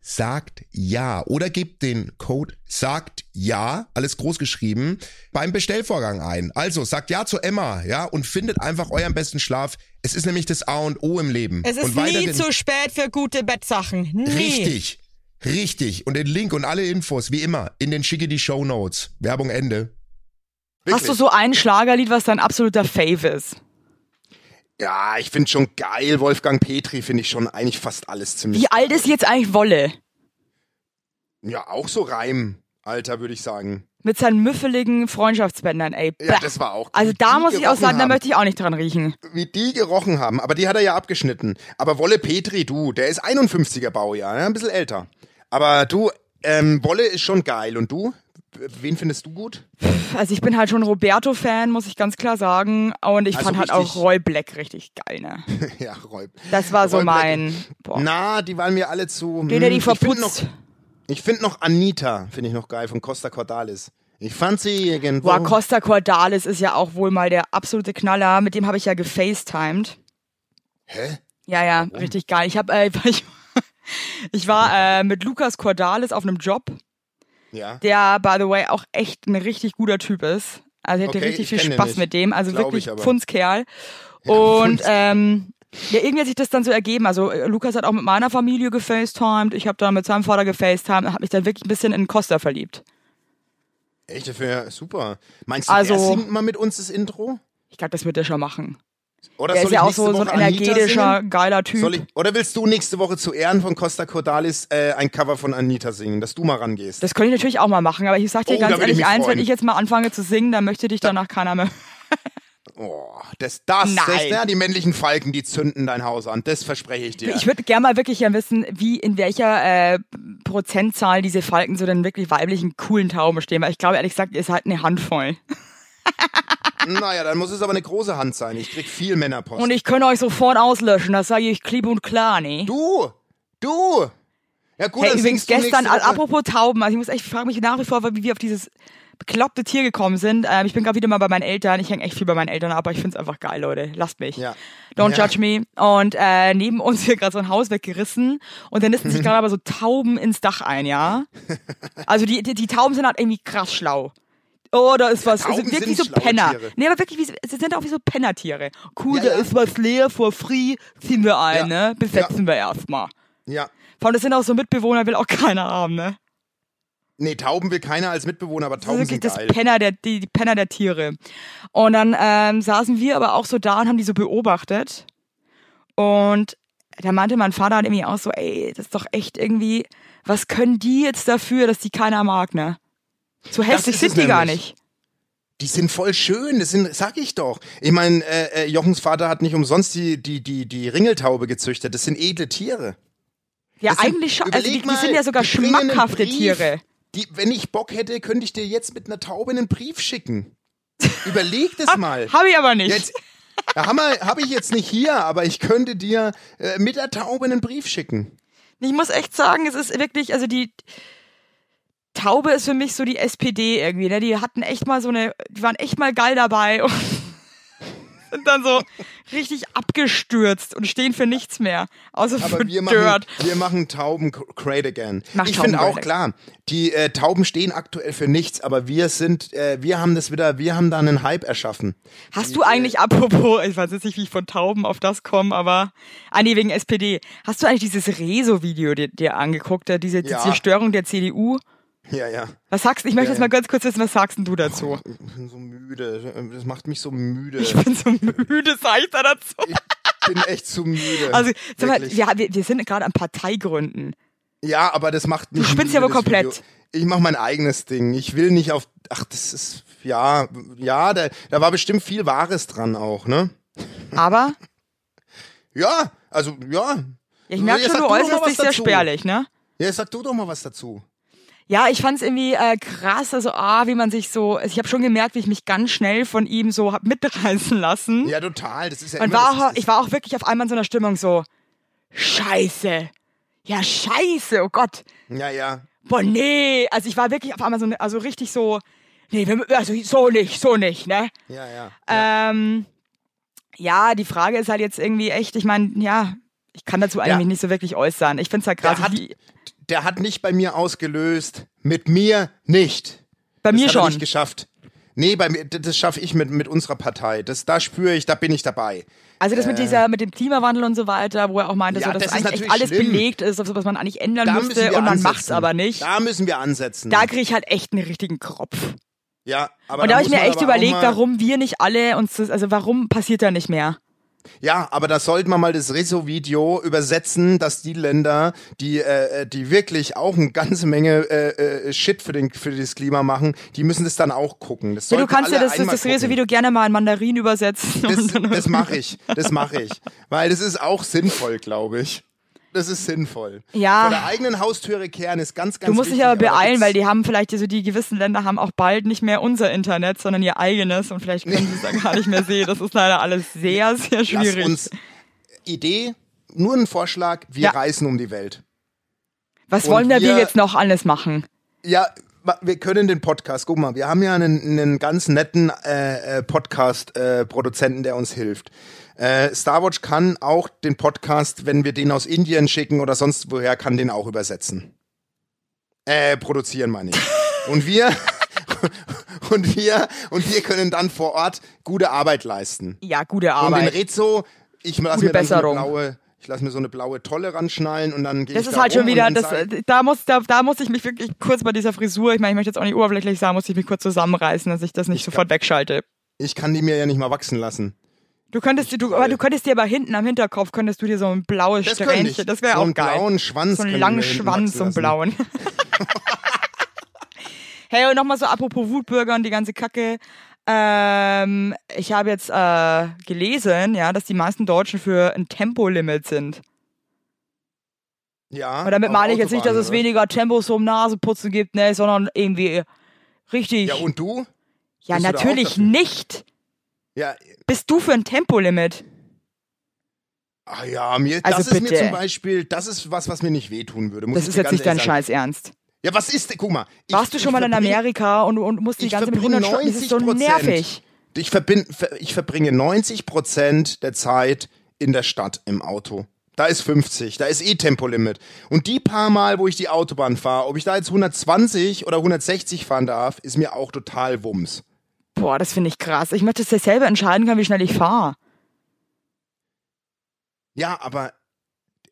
sagt ja oder gebt den Code sagt ja, alles groß geschrieben, beim Bestellvorgang ein. Also sagt ja zu Emma, ja, und findet einfach euren besten Schlaf. Es ist nämlich das A und O im Leben. Es ist und nie weiterhin- zu spät für gute Bettsachen. Nie. Richtig. Richtig. Und den Link und alle Infos, wie immer, in den schicke die Show Notes. Werbung Ende. Hast du so ein Schlagerlied, was dein absoluter Fave ist? Ja, ich finde schon geil. Wolfgang Petri finde ich schon eigentlich fast alles ziemlich. Wie alt ist jetzt eigentlich Wolle? Ja, auch so Reim, Alter, würde ich sagen. Mit seinen müffeligen Freundschaftsbändern, ey. Ja, Bäh. das war auch. also wie da die muss ich auch gerochen sagen, da haben. möchte ich auch nicht dran riechen. Wie die gerochen haben. Aber die hat er ja abgeschnitten. Aber Wolle Petri, du, der ist 51er Baujahr, ja, ein bisschen älter. Aber du, ähm, Wolle ist schon geil. Und du? Wen findest du gut? Also ich bin halt schon Roberto-Fan, muss ich ganz klar sagen. Und ich Also fand halt richtig- Mhm. auch Roy Black richtig geil, ne? ja, Räub. Das war so Roy Black- mein. Boah. Na, die waren mir alle zu. Hm, Den hätte ich ich find noch, verputzt. Ich finde noch Anita, finde ich noch geil, von Costa Cordalis. Ich fand sie irgendwo. Boah, Costa Cordalis ist ja auch wohl mal der absolute Knaller. Mit dem habe ich ja gefacetimed. Hä? Ja, ja, richtig geil. Ich, hab, äh, ich, ich war äh, mit Lukas Cordalis auf einem Job, Ja. der, by the way, auch echt ein richtig guter Typ ist. Also ich hatte Okay, richtig ich viel kenn den Spaß nicht. mit dem. Also Glaub ich wirklich aber. Pfundskerl. Und Pfunds. ähm, ja, irgendwie hat sich das dann so ergeben. Also äh, Lukas hat auch mit meiner Familie gefacetimed. Ich habe dann mit seinem Vater gefacetimed. Habe mich dann wirklich ein bisschen in Costa verliebt. Echt, das wäre super. Meinst du, Also- der singt mal mit uns das Intro? Ich glaube, das wird er schon machen. Oder Der soll ist ich ja auch nächste so, so Woche ein Anita energetischer, singen? geiler Typ. Soll ich, oder willst du nächste Woche zu Ehren von Costa Cordalis äh, ein Cover von Anita singen, dass du mal rangehst? Das könnte ich natürlich auch mal machen, aber ich sag dir Oh, da ganz würde ich ehrlich mich eins, freuen. wenn ich jetzt mal anfange zu singen, dann möchte dich danach keiner mehr. Oh, das, das, das, Nein. ja, die männlichen Falken, die zünden dein Haus an. Das verspreche ich dir. Ich würde gerne mal wirklich ja wissen, wie in welcher äh, Prozentzahl diese Falken so den wirklich weiblichen, coolen Tauben stehen. Weil ich glaube, ehrlich gesagt, ihr seid eine Handvoll. naja, dann muss es aber eine große Hand sein. Ich krieg viel Männerpost. Und ich kann euch sofort auslöschen, das sage ich klipp und klar, ne? du! Du! Ja gut, Hey, dann übrigens singst du gestern, nächste Woche. apropos Tauben, also ich muss echt, ich frage mich nach wie vor, wie wir auf dieses bekloppte Tier gekommen sind. Ähm, ich bin gerade wieder mal bei meinen Eltern. Ich hänge echt viel bei meinen Eltern, aber ich find's einfach geil, Leute. Lasst mich. Ja. Don't Ja. judge me. Und äh, neben uns hier gerade so ein Haus weggerissen und dann nisten sich gerade aber so Tauben ins Dach ein, ja? Also die, die, die Tauben sind halt irgendwie krass schlau. Oh, da ist was. Tauben also sind wirklich so schlaue Penner. Tiere. Nee, aber wirklich, wie, sie sind auch wie so Pennertiere. Cool, Ja, da ja. ist was leer, for free, ziehen wir ein, Ja. ne? Besetzen wir erstmal. Ja. Vor allem, das sind auch so Mitbewohner, will auch keiner haben, ne? Nee, Tauben will keiner als Mitbewohner, aber Das ist Tauben wirklich sind das geil. Penner der, die, die Penner der Tiere. Und dann ähm, saßen wir aber auch so da und haben die so beobachtet. Und da meinte mein Vater halt irgendwie auch so, ey, das ist doch echt irgendwie, was können die jetzt dafür, dass die keiner mag, ne? So hässlich ist sind es die gar nämlich. nicht. Die sind voll schön, das sind, sag ich doch. Ich meine, äh, äh, Jochens Vater hat nicht umsonst die, die, die, die Ringeltaube gezüchtet. Das sind edle Tiere. Ja, Das sind- eigentlich schon. Also überleg die, die mal, sind ja sogar die bringen einen schmackhafte Brief. Tiere. Die, wenn ich Bock hätte, könnte ich dir jetzt mit einer Taube einen Brief schicken. Überleg das mal. Hab ich aber nicht. Jetzt, ja, Hammer habe ich jetzt nicht hier, aber ich könnte dir äh, mit der Taube einen Brief schicken. Ich muss echt sagen, es ist wirklich, also die Taube ist für mich so die SPD irgendwie, ne? Die hatten echt mal so eine, die waren echt mal geil dabei und sind dann so richtig abgestürzt und stehen für nichts mehr, außer Aber für wir machen, Dirt. wir machen Tauben great again. Mach ich Tauben finde auch great klar, die äh, Tauben stehen aktuell für nichts, aber wir sind, äh, wir haben das wieder, wir haben da einen Hype erschaffen. Hast du eigentlich, apropos, ich weiß jetzt nicht, wie ich von Tauben auf das komme, aber, ah nee, wegen SPD. Hast du eigentlich dieses Rezo-Video dir, dir angeguckt, da diese, Ja. diese Störung der CDU? Ja, ja. Was sagst du? Ich möchte Ja, jetzt ja. mal ganz kurz wissen, was sagst denn du dazu? Ich bin so müde. Das macht mich so müde. Oh. Ich bin so müde, sag ich da dazu. Ich bin echt zu müde. Also, sag mal, Wirklich. wir, wir, wir sind gerade an Parteigründen. ja, aber das macht mich. müde, spinnst ja wohl das komplett. Video. Ich mache mein eigenes Ding. Ich will nicht auf. Ach, das ist. Ja, ja, da, da war bestimmt viel Wahres dran auch, ne? Aber, Ja, also, ja. ja, ich merke Jetzt schon, sag doch du mal äußerst was dich sehr dazu. spärlich, ne? Ja, sag du doch mal was dazu. Ja, ich fand's irgendwie äh, krass, also ah, wie man sich so, ich habe schon gemerkt, wie ich mich ganz schnell von ihm so hab mitreißen lassen. Ja, total. Das ist ja Hm? Und immer, war, das ist, ich war auch wirklich auf einmal in so einer Stimmung so, scheiße, ja scheiße, oh Gott, Ja, ja. boah nee, also ich war wirklich auf einmal so, ne- also richtig so, nee, wir, also so nicht, so nicht, ne? Ja, ja. Ähm, ja, die Frage ist halt jetzt irgendwie echt, ich meine, ja, ich kann dazu eigentlich Ja. mich nicht so wirklich äußern. Ich finde es halt krass. Der hat, ich, der hat nicht bei mir ausgelöst. Mit mir nicht. bei mir das Hat er schon. nicht geschafft. Nee, bei mir, d- das schaffe ich mit, mit unserer Partei. Das, da spüre ich, da bin ich dabei. Also das mit dieser, mit dem Klimawandel und so weiter, wo er auch meinte, Äh. Ja, so, dass das ist eigentlich echt natürlich alles schlimm. belegt ist, also, was man eigentlich ändern Da müssen müsste wir und man ansetzen. macht's aber nicht. Da, Da müssen wir ansetzen. kriege ich halt echt einen richtigen Kropf. ja, aber Und da da habe ich muss mir man echt aber auch überlegt, mal, warum wir nicht alle uns das, also warum passiert da nicht mehr? Ja, aber da sollte man mal das Rezo-Video übersetzen, dass die Länder, die, äh, äh, die wirklich auch eine ganze Menge äh, äh, Shit für, den, für das Klima machen, die müssen das dann auch gucken. Das Ja, du sollten kannst ja alle das, das, einmal das gucken. Rezo-Video gerne mal in Mandarin übersetzen. Das, und dann- das mache ich, das mache ich. Weil das ist auch sinnvoll, glaube ich. Das ist sinnvoll. Ja. Vor der eigenen Haustüre kehren ist ganz, ganz Du musst dich wichtig, aber da beeilen, gibt's- weil die haben vielleicht, also die gewissen Länder haben auch bald nicht mehr unser Internet, sondern ihr eigenes und vielleicht können sie es dann gar nicht mehr sehen. Das ist leider alles sehr, sehr Lass schwierig. uns Idee, nur ein Vorschlag, wir Ja. reisen um die Welt. Was und wollen wir, wir- wir jetzt noch alles machen? Ja, wa- wir können den Podcast, guck mal, wir haben ja einen, einen ganz netten äh, Podcast-Produzenten, der uns hilft. Äh, Starwatch kann auch den Podcast, wenn wir den aus Indien schicken oder sonst woher, kann den auch übersetzen. Äh, produzieren meine ich. Und wir, und wir, und wir können dann vor Ort gute Arbeit leisten. Ja, gute Und den Arbeit. Rezo, ich lasse Gute mir, dann so eine Besserung. blaue- ich lass mir so eine blaue Tolle ranschnallen und dann gehe ich Das ist da halt rum schon wieder, und dann das, sag- da, muss, da, da muss ich mich wirklich kurz bei dieser Frisur, ich meine, ich möchte jetzt auch nicht oberflächlich sagen, muss ich mich kurz zusammenreißen, dass ich das nicht sofort wegschalte. ich kann die mir ja nicht mal wachsen lassen. Du könntest, dir- du, aber du könntest dir aber hinten am Hinterkopf, könntest du dir so ein blaues Das könnte ich. Strähnchen, das wäre so auch einen geil. blauen Schwanz. So einen können langen wir hinten Schwanz, wachsen so einen lassen. blauen. hey, und nochmal so apropos Wutbürger und die ganze Kacke. Ähm, ich habe jetzt äh, gelesen, ja, dass die meisten Deutschen für ein Tempolimit sind. Ja. ne? Und damit Ah, auf meine ich jetzt nicht, dass es Autobahnen, weniger Tempos zum Nasenputzen gibt, ne, sondern irgendwie richtig. oder? Ja, und du? Ja, bist du da auch natürlich dafür? nicht. Ja, Bist du für ein Tempolimit? ah ja, mir, Also das ist bitte. mir zum Beispiel, das ist was, was mir nicht wehtun würde. Muss Das ich ist dir jetzt ganz nicht dein ehrlich sagen. Scheiß Ernst. Ja, was ist denn, guck mal. ich- Warst du ich schon mal in verbring- Amerika und, und musst die ich ganze mit verbringe 100 Stunden? Das ist so 90%. nervig. Ich, verbind, ver- ich verbringe 90 Prozent der Zeit in der Stadt im Auto. Da ist 50, da ist eh Tempolimit. Und die paar Mal, wo ich die Autobahn fahre, ob ich da jetzt 120 oder 160 fahren darf, ist mir auch total Wumms. Boah, das finde ich krass. Ich möchte, dass ich selber entscheiden kann, wie schnell ich fahre. Ja, aber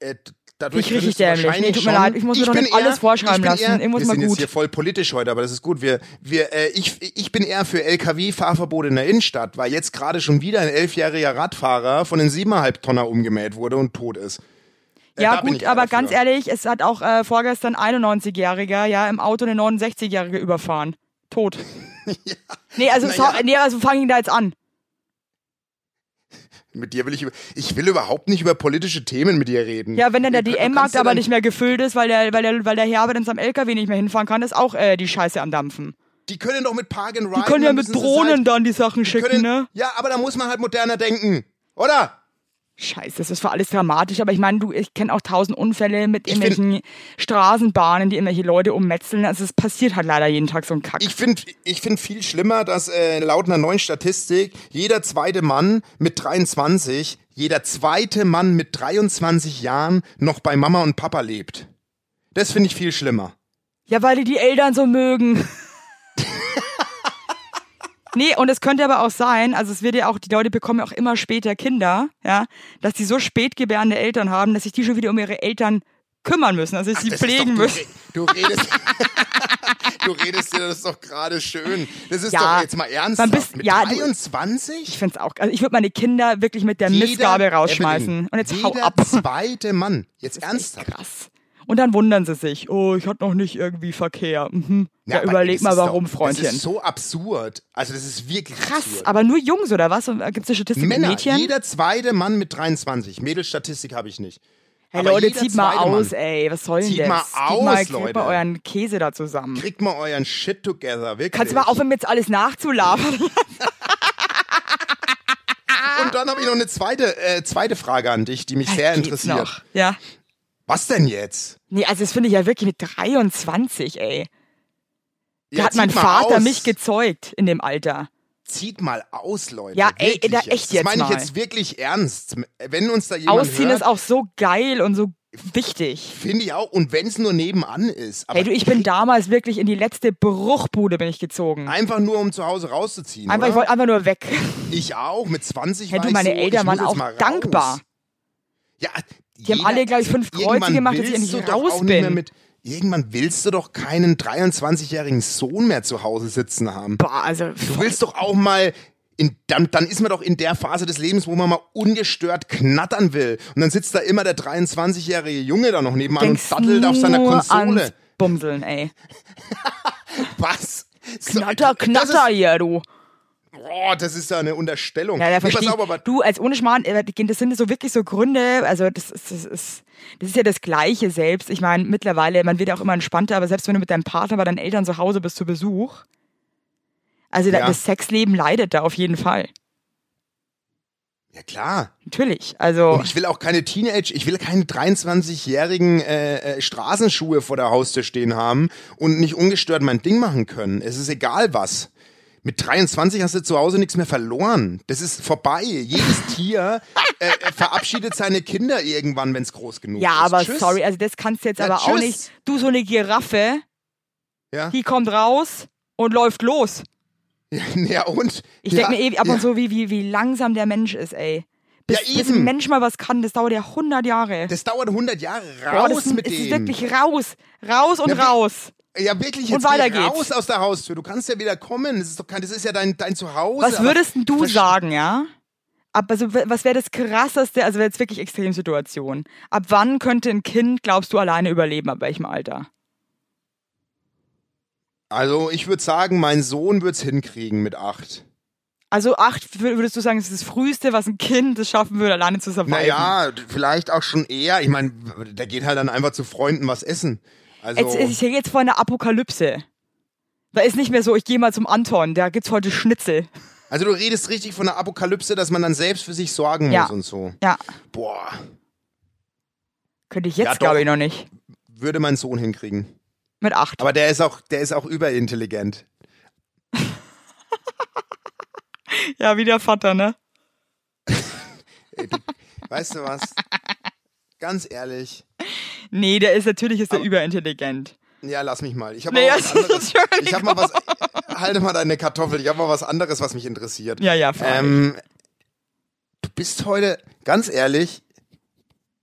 äh, d- dadurch Ich richtig könntest du dämlich. wahrscheinlich Nee, tut mir schon- leid, ich muss mir doch bin nicht alles vorschreiben ich bin lassen. Eher, Irgendwas wir mal sind jetzt gut. hier voll politisch heute, aber das ist gut. Wir, wir, äh, ich, ich bin eher für LKW-Fahrverbot in der Innenstadt, weil jetzt gerade schon wieder ein elfjähriger Radfahrer von den siebeneinhalb Tonner umgemäht wurde und tot ist. Äh, Ja, da bin gut, ich aber dafür. ganz ehrlich, es hat auch äh, vorgestern 91-Jähriger ja im Auto eine 69-Jährige überfahren. Tot. Nee, also, Naja. so, nee, also fang ihn da jetzt an. Mit dir will ich über, ich will überhaupt nicht über politische Themen mit dir reden. Ja, wenn dann der Du DM-Markt kannst ja aber dann- nicht mehr gefüllt ist, weil der, weil der, weil der Herbert in seinem LKW nicht mehr hinfahren kann, ist auch äh, die Scheiße am Dampfen. Die können doch mit Park and Ride. Die können ja dann mit müssen sie es Drohnen halt, dann die Sachen die schicken, können, ne? Ja, aber da muss man halt moderner denken. Oder? Scheiße, das ist für alles dramatisch, aber ich meine, du, ich kenne auch tausend Unfälle mit Ich bin- irgendwelchen Straßenbahnen, die irgendwelche Leute ummetzeln. Also es passiert halt leider jeden Tag so ein Kack. Ich finde ich find viel schlimmer, dass äh, laut einer neuen Statistik jeder zweite Mann mit 23, jeder zweite Mann mit 23 Jahren noch bei Mama und Papa lebt. Das finde ich viel schlimmer. Ja, weil die die Eltern so mögen. nee, und es könnte aber auch sein, also es wird ja auch, die Leute bekommen ja auch immer später Kinder, ja, dass die so spät gebärende Eltern haben, dass sich die schon wieder um ihre Eltern kümmern müssen, also dass sie Das ist pflegen doch, müssen. Du, re- du redest. Du redest dir das doch gerade schön. Das ist Ja, doch jetzt mal man ernsthaft. bist- mit ja, du- 23? Ich find's auch, also ich würde meine Kinder wirklich mit der Jeder- Missgabe rausschmeißen. Evelyn, und jetzt jeder hau ab. zweite Mann. Jetzt ernsthaft. Krass. Und dann wundern sie sich, oh, ich hatte noch nicht irgendwie Verkehr. Mhm. Ja, aber überleg das mal ist doch- warum, Das Freundchen. ist so absurd. Also das ist wirklich Krass, absurd. aber nur Jungs oder was? Und äh, Gibt's eine Statistik mit Männer, Mädchen? jeder zweite Mann mit 23. Mädelstatistik habe ich nicht. Hey Aber Leute, jeder zieht mal zweite aus, Mann. ey. Was soll denn Zieht das? mal zieht aus, mal, kriegt Leute. mal euren Käse da zusammen. Kriegt mal euren Shit together, wirklich. Kannst du mal aufhören, mir jetzt alles nachzulabern? Und dann habe ich noch eine zweite, äh, zweite Frage an dich, die mich sehr Geht's interessiert. noch? Ja. Was denn jetzt? Nee, also das finde ich ja wirklich mit 23, ey. Da Ja, hat mein zieht mal Vater aus. mich gezeugt in dem Alter. Zieht mal aus, Leute. Ja, ey, Wirklich da echt jetzt Das meine ich mal. jetzt wirklich ernst. Wenn uns da jemand Ausziehen hört, ist auch so geil und so wichtig. finde ich auch. Und wenn es nur nebenan ist. Aber Hey du, ich bin damals wirklich in die letzte Bruchbude bin ich gezogen. Einfach nur, um zu Hause rauszuziehen. Einfach, oder? ich wollte einfach nur weg. Ich auch, mit 20 Hey, war du, ich meine so, Eltern ich waren muss jetzt auch mal raus. dankbar. Ja, Die haben alle, glaub ich, fünf Kreuze irgendwann gemacht, dass ich willst endlich du doch raus auch nicht mehr bin. Mit, irgendwann willst du doch keinen 23-jährigen Sohn mehr zu Hause sitzen haben. Boah, also Du willst doch auch mal... In, dann, dann ist man doch in der Phase des Lebens, wo man mal ungestört knattern will. Und dann sitzt da immer der 23-jährige Junge da noch nebenan denkst und dattelt auf seiner nur Konsole. ans Bumseln, ey. Was? So, Knatter, das knatter hier, du. Ist, oh, das ist ja eine Unterstellung. Ja, da Nee, pass verstehe auf, aber ich. Du, als ohne Schmarrn, äh, das sind so wirklich so Gründe, also das ist, das ist, das ist ja das Gleiche selbst. Ich meine, mittlerweile, man wird ja auch immer entspannter, aber selbst wenn du mit deinem Partner bei deinen Eltern zu Hause bist zu Besuch, also da- Ja. das Sexleben leidet da auf jeden Fall. Ja, klar. Natürlich. Also, Und ich will auch keine Teenage, ich will keine 23-jährigen äh, äh, Straßenschuhe vor der Haustür stehen haben und nicht ungestört mein Ding machen können. Es ist egal was. Mit 23 hast du zu Hause nichts mehr verloren. Das ist vorbei. Jedes Tier äh, äh, verabschiedet seine Kinder irgendwann, wenn es groß genug ja, ist. aber Tschüss. sorry, also das kannst du jetzt Ja, aber auch tschüss. nicht. Du, so eine Giraffe, Ja. die kommt raus und läuft los. ja, und? Ich ja, denke mir eh ab ja. und zu, wie, wie, wie langsam der Mensch ist, ey. Bis, Ja, bis eben. ein Mensch mal was kann, das dauert ja 100 Jahre. Das dauert 100 Jahre. Boah, Raus das mit es dem. ist wirklich raus. Raus und Ja, wir- raus. ja, wirklich. Und Jetzt weiter geh geht's. raus aus der Haustür. Du kannst ja wieder kommen. Das ist doch kein, das ist ja dein, dein Zuhause. Was Aber würdest denn du versch- sagen, ja? Ab, also, w- was wäre das krasseste, also wäre jetzt wirklich Extremsituation. Ab wann könnte ein Kind, glaubst du, alleine überleben? Ab welchem Alter? Also ich würde sagen, mein Sohn wird's hinkriegen mit acht. Also acht wür- würdest du sagen, ist das Früheste, was ein Kind es schaffen würde, alleine zu surviven? Naja, vielleicht auch schon eher. Ich meine, der geht halt dann einfach zu Freunden was essen. Also, Jetzt, ich hänge jetzt vor einer Apokalypse. Da ist nicht mehr so, ich gehe mal zum Anton, da gibt's heute Schnitzel. also du redest richtig von der Apokalypse, dass man dann selbst für sich sorgen Ja. muss und so. Ja, Boah, könnte ich Ja, jetzt, doch. glaube ich, noch nicht. würde mein Sohn hinkriegen. Mit acht. Aber der ist auch, der ist auch überintelligent. Ja, wie der Vater, ne? Weißt du was? Ganz ehrlich. Nee, der ist natürlich ist der überintelligent. Ja, lass mich mal. Ich habe Nee, mal was also, anderes. Entschuldigung. Ich habe mal was. Halte mal deine Kartoffel. Ich habe mal was anderes, was mich interessiert. Ja, ja, freilich. ähm, Du bist heute, ganz ehrlich,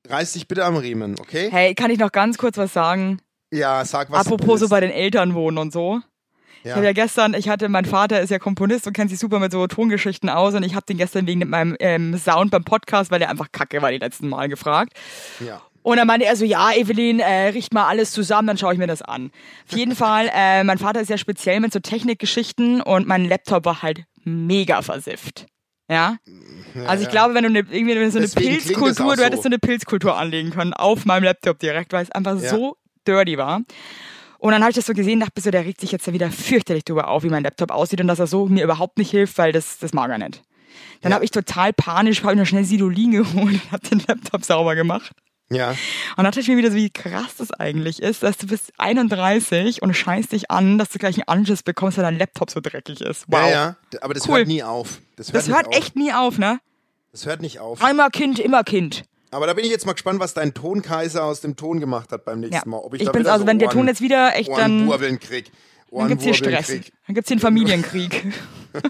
reiß dich bitte am Riemen, okay? Hey, kann ich noch ganz kurz was sagen? Ja, sag was. du Apropos so willst. bei den Eltern wohnen und so. Ich ja. habe ja gestern, ich hatte, mein Vater ist ja Komponist und kennt sich super mit so Tongeschichten aus und ich habe den gestern wegen meinem ähm, Sound beim Podcast, weil der einfach kacke war die letzten Mal gefragt. ja. Und dann meinte er so, ja, Evelyn, äh, richt mal alles zusammen, dann schaue ich mir das an. Auf jeden Fall, äh, mein Vater ist ja speziell mit so Technikgeschichten und mein Laptop war halt mega versifft. Ja? also ich glaube, wenn du ne, irgendwie wenn du so eine Deswegen klingt es auch Pilzkultur, so. du hättest so eine Pilzkultur anlegen können auf meinem Laptop direkt, weil es einfach Ja. so dirty war. Und dann habe ich das so gesehen, dachte mir so, der regt sich jetzt ja wieder fürchterlich drüber auf, wie mein Laptop aussieht und dass er so mir überhaupt nicht hilft, weil das, das mag er nicht. Dann habe ich total panisch, habe ich noch schnell Sidolin geholt und habe den Laptop sauber gemacht. Ja. Und dachte ich mir wieder so, wie krass das eigentlich ist, dass du bist 31 und scheißt dich an, dass du gleich einen Anschiss bekommst, weil dein Laptop so dreckig ist. Wow. Ja, ja. D- Aber das Cool. hört nie auf. Das hört, Das nicht hört auf. echt nie auf, ne? Das hört nicht auf. Einmal Kind, immer Kind. Aber da bin ich jetzt mal gespannt, was dein Tonkaiser aus dem Ton gemacht hat beim nächsten Ja. Mal. Ob ich ich da bin's wieder also, so wenn der Ohren- Ton jetzt wieder echt dann. Ohrenwurbeln krieg. Dann gibt's hier Ohrenwurbeln Stress. krieg. Dann gibt's hier einen Familienkrieg. Also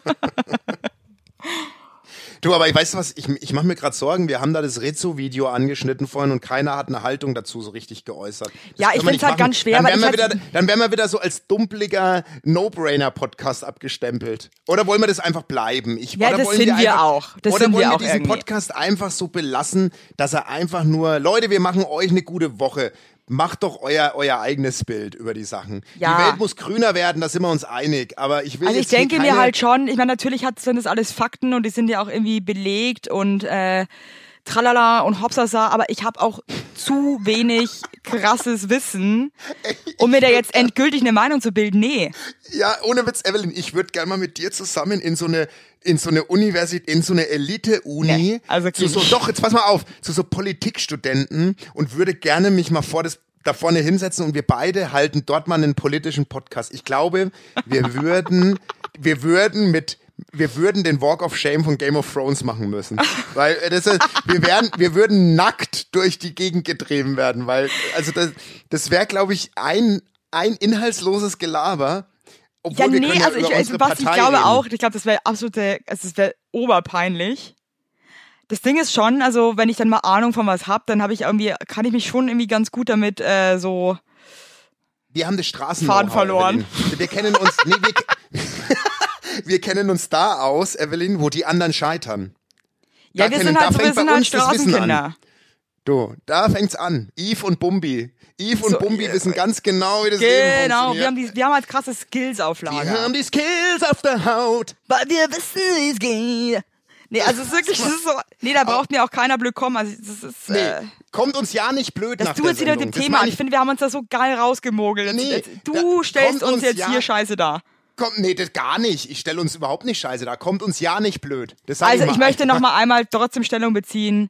Du, aber ich weiß was, ich, ich mache mir gerade Sorgen, wir haben da das Rezo-Video angeschnitten vorhin und keiner hat eine Haltung dazu so richtig geäußert. Das Ja, können wir ich find's nicht halt machen. ganz schwer, Dann weil wären, ich wir halt- wieder, dann wären wir wieder so als dumpliger No-Brainer-Podcast abgestempelt. Oder wollen wir das einfach bleiben? Ich, Ja, oder das wollen sind wir einfach, auch. Das oder sind wollen wir wir auch diesen irgendwie. Podcast einfach so belassen, dass er einfach nur, Leute, wir machen euch eine gute Woche. Macht doch euer, euer eigenes Bild über die Sachen. Ja. Die Welt muss grüner werden, da sind wir uns einig. Aber ich will Also ich jetzt hier denke keine- mir halt schon, ich meine, natürlich hat, sind das alles Fakten und die sind ja auch irgendwie belegt und äh, tralala und hopsasa, aber ich habe auch zu wenig krasses Wissen, um mir da jetzt endgültig eine Meinung zu bilden. Nee. Ja, ohne Witz, Evelyn, ich würde gerne mal mit dir zusammen in so eine in so eine Universität, in so eine Elite-Uni, Nee, also zu so, krieg ich. doch, jetzt pass mal auf, zu so Politikstudenten und würde gerne mich mal vor das, da vorne hinsetzen und wir beide halten dort mal einen politischen Podcast. Ich glaube, wir würden, wir würden mit, wir würden den Walk of Shame von Game of Thrones machen müssen. Weil äh, das ist, wir wären, wir würden nackt durch die Gegend getrieben werden, weil, also das, das wäre, glaube ich, ein, ein inhaltsloses Gelaber. Obwohl Ja, wir nee, können also über ich, unsere was ich Partei glaube reden. auch, ich glaube, das wäre absolute, also das wäre oberpeinlich. Das Ding ist schon, also wenn ich dann mal Ahnung von was hab, dann habe ich irgendwie, kann ich mich schon irgendwie ganz gut damit äh, so Wir haben das Straßen Faden verloren. Evelyn. Wir kennen uns, nee, wir, wir kennen uns da aus, Evelyn, wo die anderen scheitern. Ja, Da wir kennen- sind da halt, so, wir fängt sind bei halt uns das Wissen an. Straßenkinder. Du, da fängt's an. Eve und Bumbi. Eve und So, Bumbi äh, wissen ganz genau, wie das Leben Genau, wir haben, funktioniert. die, wir haben halt krasse Skills auf Lager. wir haben die Skills auf der Haut. Weil wir wissen, wie es geht. Nee, also es ist wirklich, das ist so, nee, da braucht mir auch keiner blöd kommen. Also das ist, Nee, äh, kommt uns ja nicht blöd das nach du der jetzt wieder mit Sendung. dem Das Thema meine an. ich- Ich finde, wir haben uns da so geil rausgemogelt. Jetzt- Nee, jetzt, da du stellst kommt uns uns jetzt ja- hier Scheiße da. Kommt, nee, das gar nicht. Ich stelle uns überhaupt nicht scheiße da. Kommt uns ja nicht blöd. Das sag Also ich mal möchte einfach. nochmal einmal trotzdem Stellung beziehen.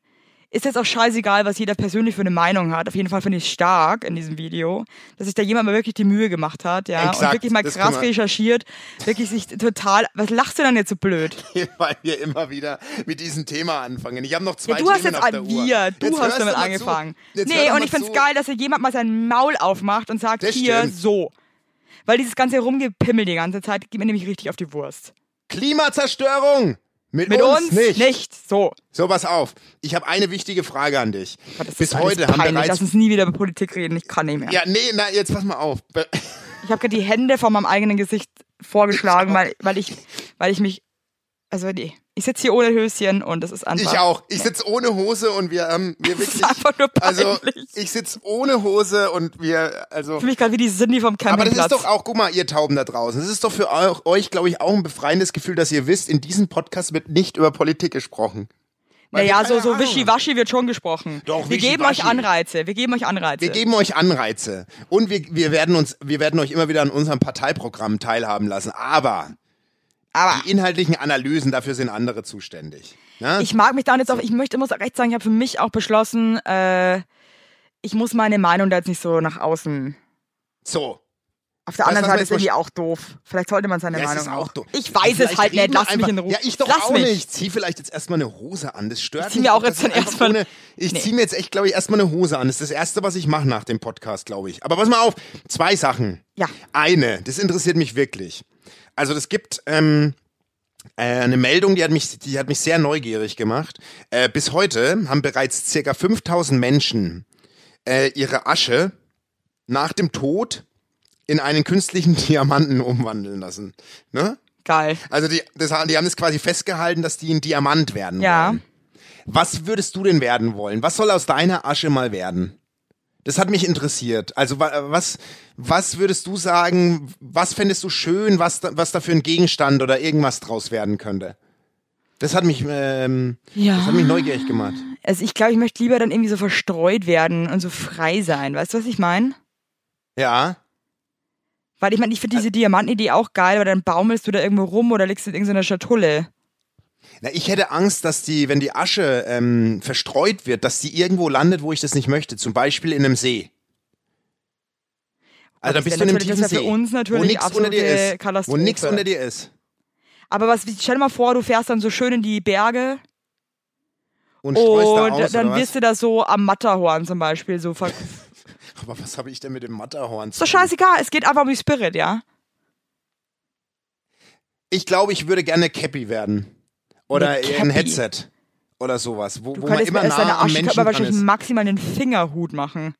Ist jetzt auch scheißegal, was jeder persönlich für eine Meinung hat. Auf jeden Fall finde ich es stark in diesem Video, dass sich da jemand mal wirklich die Mühe gemacht hat, ja. Exakt, und wirklich mal das krass können wir- recherchiert, wirklich sich total. Was lachst du denn jetzt so blöd? weil wir immer wieder mit diesem Thema anfangen. Ich habe noch zwei Ja, du hast Themen jetzt auf der an wir, Uhr. du Jetzt hörst hast damit mal zu. angefangen. Jetzt hör Nee, doch und mal ich find's zu. geil, dass hier jemand mal sein Maul aufmacht und sagt, Das hier stimmt. so. Weil dieses ganze Rumgepimmel die ganze Zeit geht mir nämlich richtig auf die Wurst. Klimazerstörung! Mit, Mit uns, nicht. So. So, pass auf. Ich habe eine wichtige Frage an dich. Gott, das Bis ist alles heute peinlich. haben bereits. Lass uns nie wieder über Politik reden. Ich kann nicht mehr. Ja, nee, na, jetzt pass mal auf. Be- Ich habe gerade die Hände vor meinem eigenen Gesicht vorgeschlagen, weil, weil, ich, weil ich mich. Also, nee. Ich sitze hier ohne Höschen und das ist einfach. Ich auch. Ich sitze ohne Hose und wir, ähm, wir wirklich. einfach nur also peinlich. ich sitze ohne Hose und wir, also. Ich fühle mich gerade wie die Cindy vom Aber das ist Campingplatz. doch auch, guck mal, ihr Tauben da draußen, das ist doch für eu- euch, glaube ich, auch ein befreiendes Gefühl, dass ihr wisst, in diesem Podcast wird nicht über Politik gesprochen. Weil naja, wir so, keine so Ahnung haben. wischiwaschi wird schon gesprochen. Doch, wir geben wischiwaschi. euch Anreize. Wir geben euch Anreize. Wir geben euch Anreize und wir, wir, werden uns, wir werden euch immer wieder an unserem Parteiprogramm teilhaben lassen. Aber Aber die inhaltlichen Analysen, dafür sind andere zuständig. Ne? ich mag mich da jetzt auch, ich möchte immer so recht sagen, ich habe für mich auch beschlossen, äh, ich muss meine Meinung da jetzt nicht so nach außen. so. Auf der Weißt anderen du, was Seite man ist irgendwie auch doof. Vielleicht sollte man seine Ja, es Meinung ist auch dumm. Ich weiß es Vielleicht halt nicht, reden wir lass mich einfach- in Ruhe. Ja, ich doch lass auch mich. nicht. Ich zieh vielleicht jetzt erstmal eine Hose an. Das stört Ich zieh mich mir auch nicht. jetzt Das ist dann einfach erstmal- ohne- Ich Nee. zieh mir jetzt echt, glaube ich, erstmal eine Hose an. Das ist das Erste, was ich mache nach dem Podcast, glaube ich. Aber pass mal auf, zwei Sachen. Ja. Eine, das interessiert mich wirklich. Also es gibt ähm, äh, eine Meldung, die hat mich, die hat mich sehr neugierig gemacht. Äh, bis heute haben bereits circa 5000 Menschen äh, ihre Asche nach dem Tod in einen künstlichen Diamanten umwandeln lassen. Ne? Geil. Also die, das, haben- die haben das quasi festgehalten, dass die ein Diamant werden Ja. wollen. Was würdest du denn werden wollen? Was soll aus deiner Asche mal werden? Das hat mich interessiert. Also wa- was, was würdest du sagen, was fändest du schön, was da, was da für ein Gegenstand oder irgendwas draus werden könnte? Das hat mich, ähm, Ja. das hat mich neugierig gemacht. Also ich glaube, ich möchte lieber dann irgendwie so verstreut werden und so frei sein. Weißt du, was ich meine? Ja. Weil ich meine, ich finde diese Diamantenidee auch geil, weil dann baumelst du da irgendwo rum oder liegst in irgendeiner Schatulle. Na, ich hätte Angst, dass die, wenn die Asche ähm, verstreut wird, dass die irgendwo landet, wo ich das nicht möchte. Zum Beispiel in einem See. Also dann Das bist du wär in einem natürlich- tiefen das wär See, für uns natürlich wo nichts unter dir absolute ist, wo nichts Katastrophe. unter dir ist. Aber was, stell dir mal vor, du fährst dann so schön in die Berge Und streust da und aus, dann oder was? wirst du Oh, da so am Matterhorn zum Beispiel so ver Ist Aber was habe ich denn mit dem Matterhorn zu doch tun? scheißegal, es geht einfach um die Spirit, ja? Ich glaube, ich würde gerne Cappy werden. Oder Eine ein Cappy? Headset. Oder sowas, wo, Du wo man könntest mir immer erst deine nah am Asche, könnte Menschen man dran wahrscheinlich ist. maximal einen Fingerhut machen.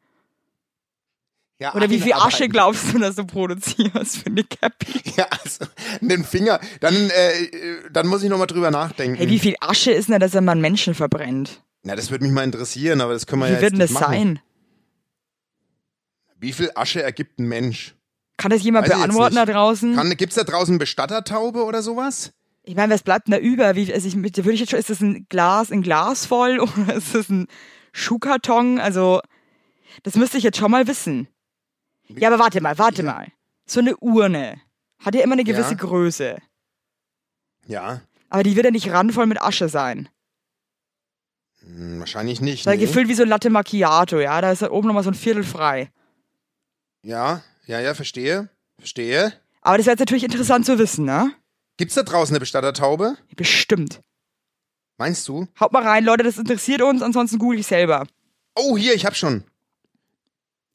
Ja, Oder wie viel Asche einarbeiten. glaubst du, dass du produzierst für eine Cappy? Ja, also, den Finger. Dann, äh, dann muss ich nochmal drüber nachdenken. Hey, wie viel Asche ist denn, da, dass man Menschen verbrennt? Na, das würde mich mal interessieren, aber das können wir Wie ja wird jetzt denn nicht das machen. sein? Wie viel Asche ergibt ein Mensch? Kann das jemand Weiß ich jetzt beantworten da nicht. draußen? Kann, gibt's da draußen Bestattertaube oder sowas? ich meine, was bleibt denn da über? Wie, also ich, mit- würde ich jetzt schon, ist das ein Glas, ein Glas voll oder ist das ein Schuhkarton? Also, das müsste ich jetzt schon mal wissen. Ja, aber warte mal, warte mal. So eine Urne hat ja immer eine gewisse Ja. Größe. Ja, Aber die wird ja nicht randvoll mit Asche sein. hm, wahrscheinlich nicht. Da nee. gefüllt wie so ein Latte Macchiato, ja. Da ist halt oben nochmal so ein Viertel frei. Ja, ja, ja, verstehe. Verstehe. Aber das wäre jetzt natürlich interessant zu wissen, ne? Gibt's da draußen eine Bestattertaube? Bestimmt. Meinst du? Haut mal rein, Leute, das interessiert uns, ansonsten google ich selber. Oh, hier, ich hab schon.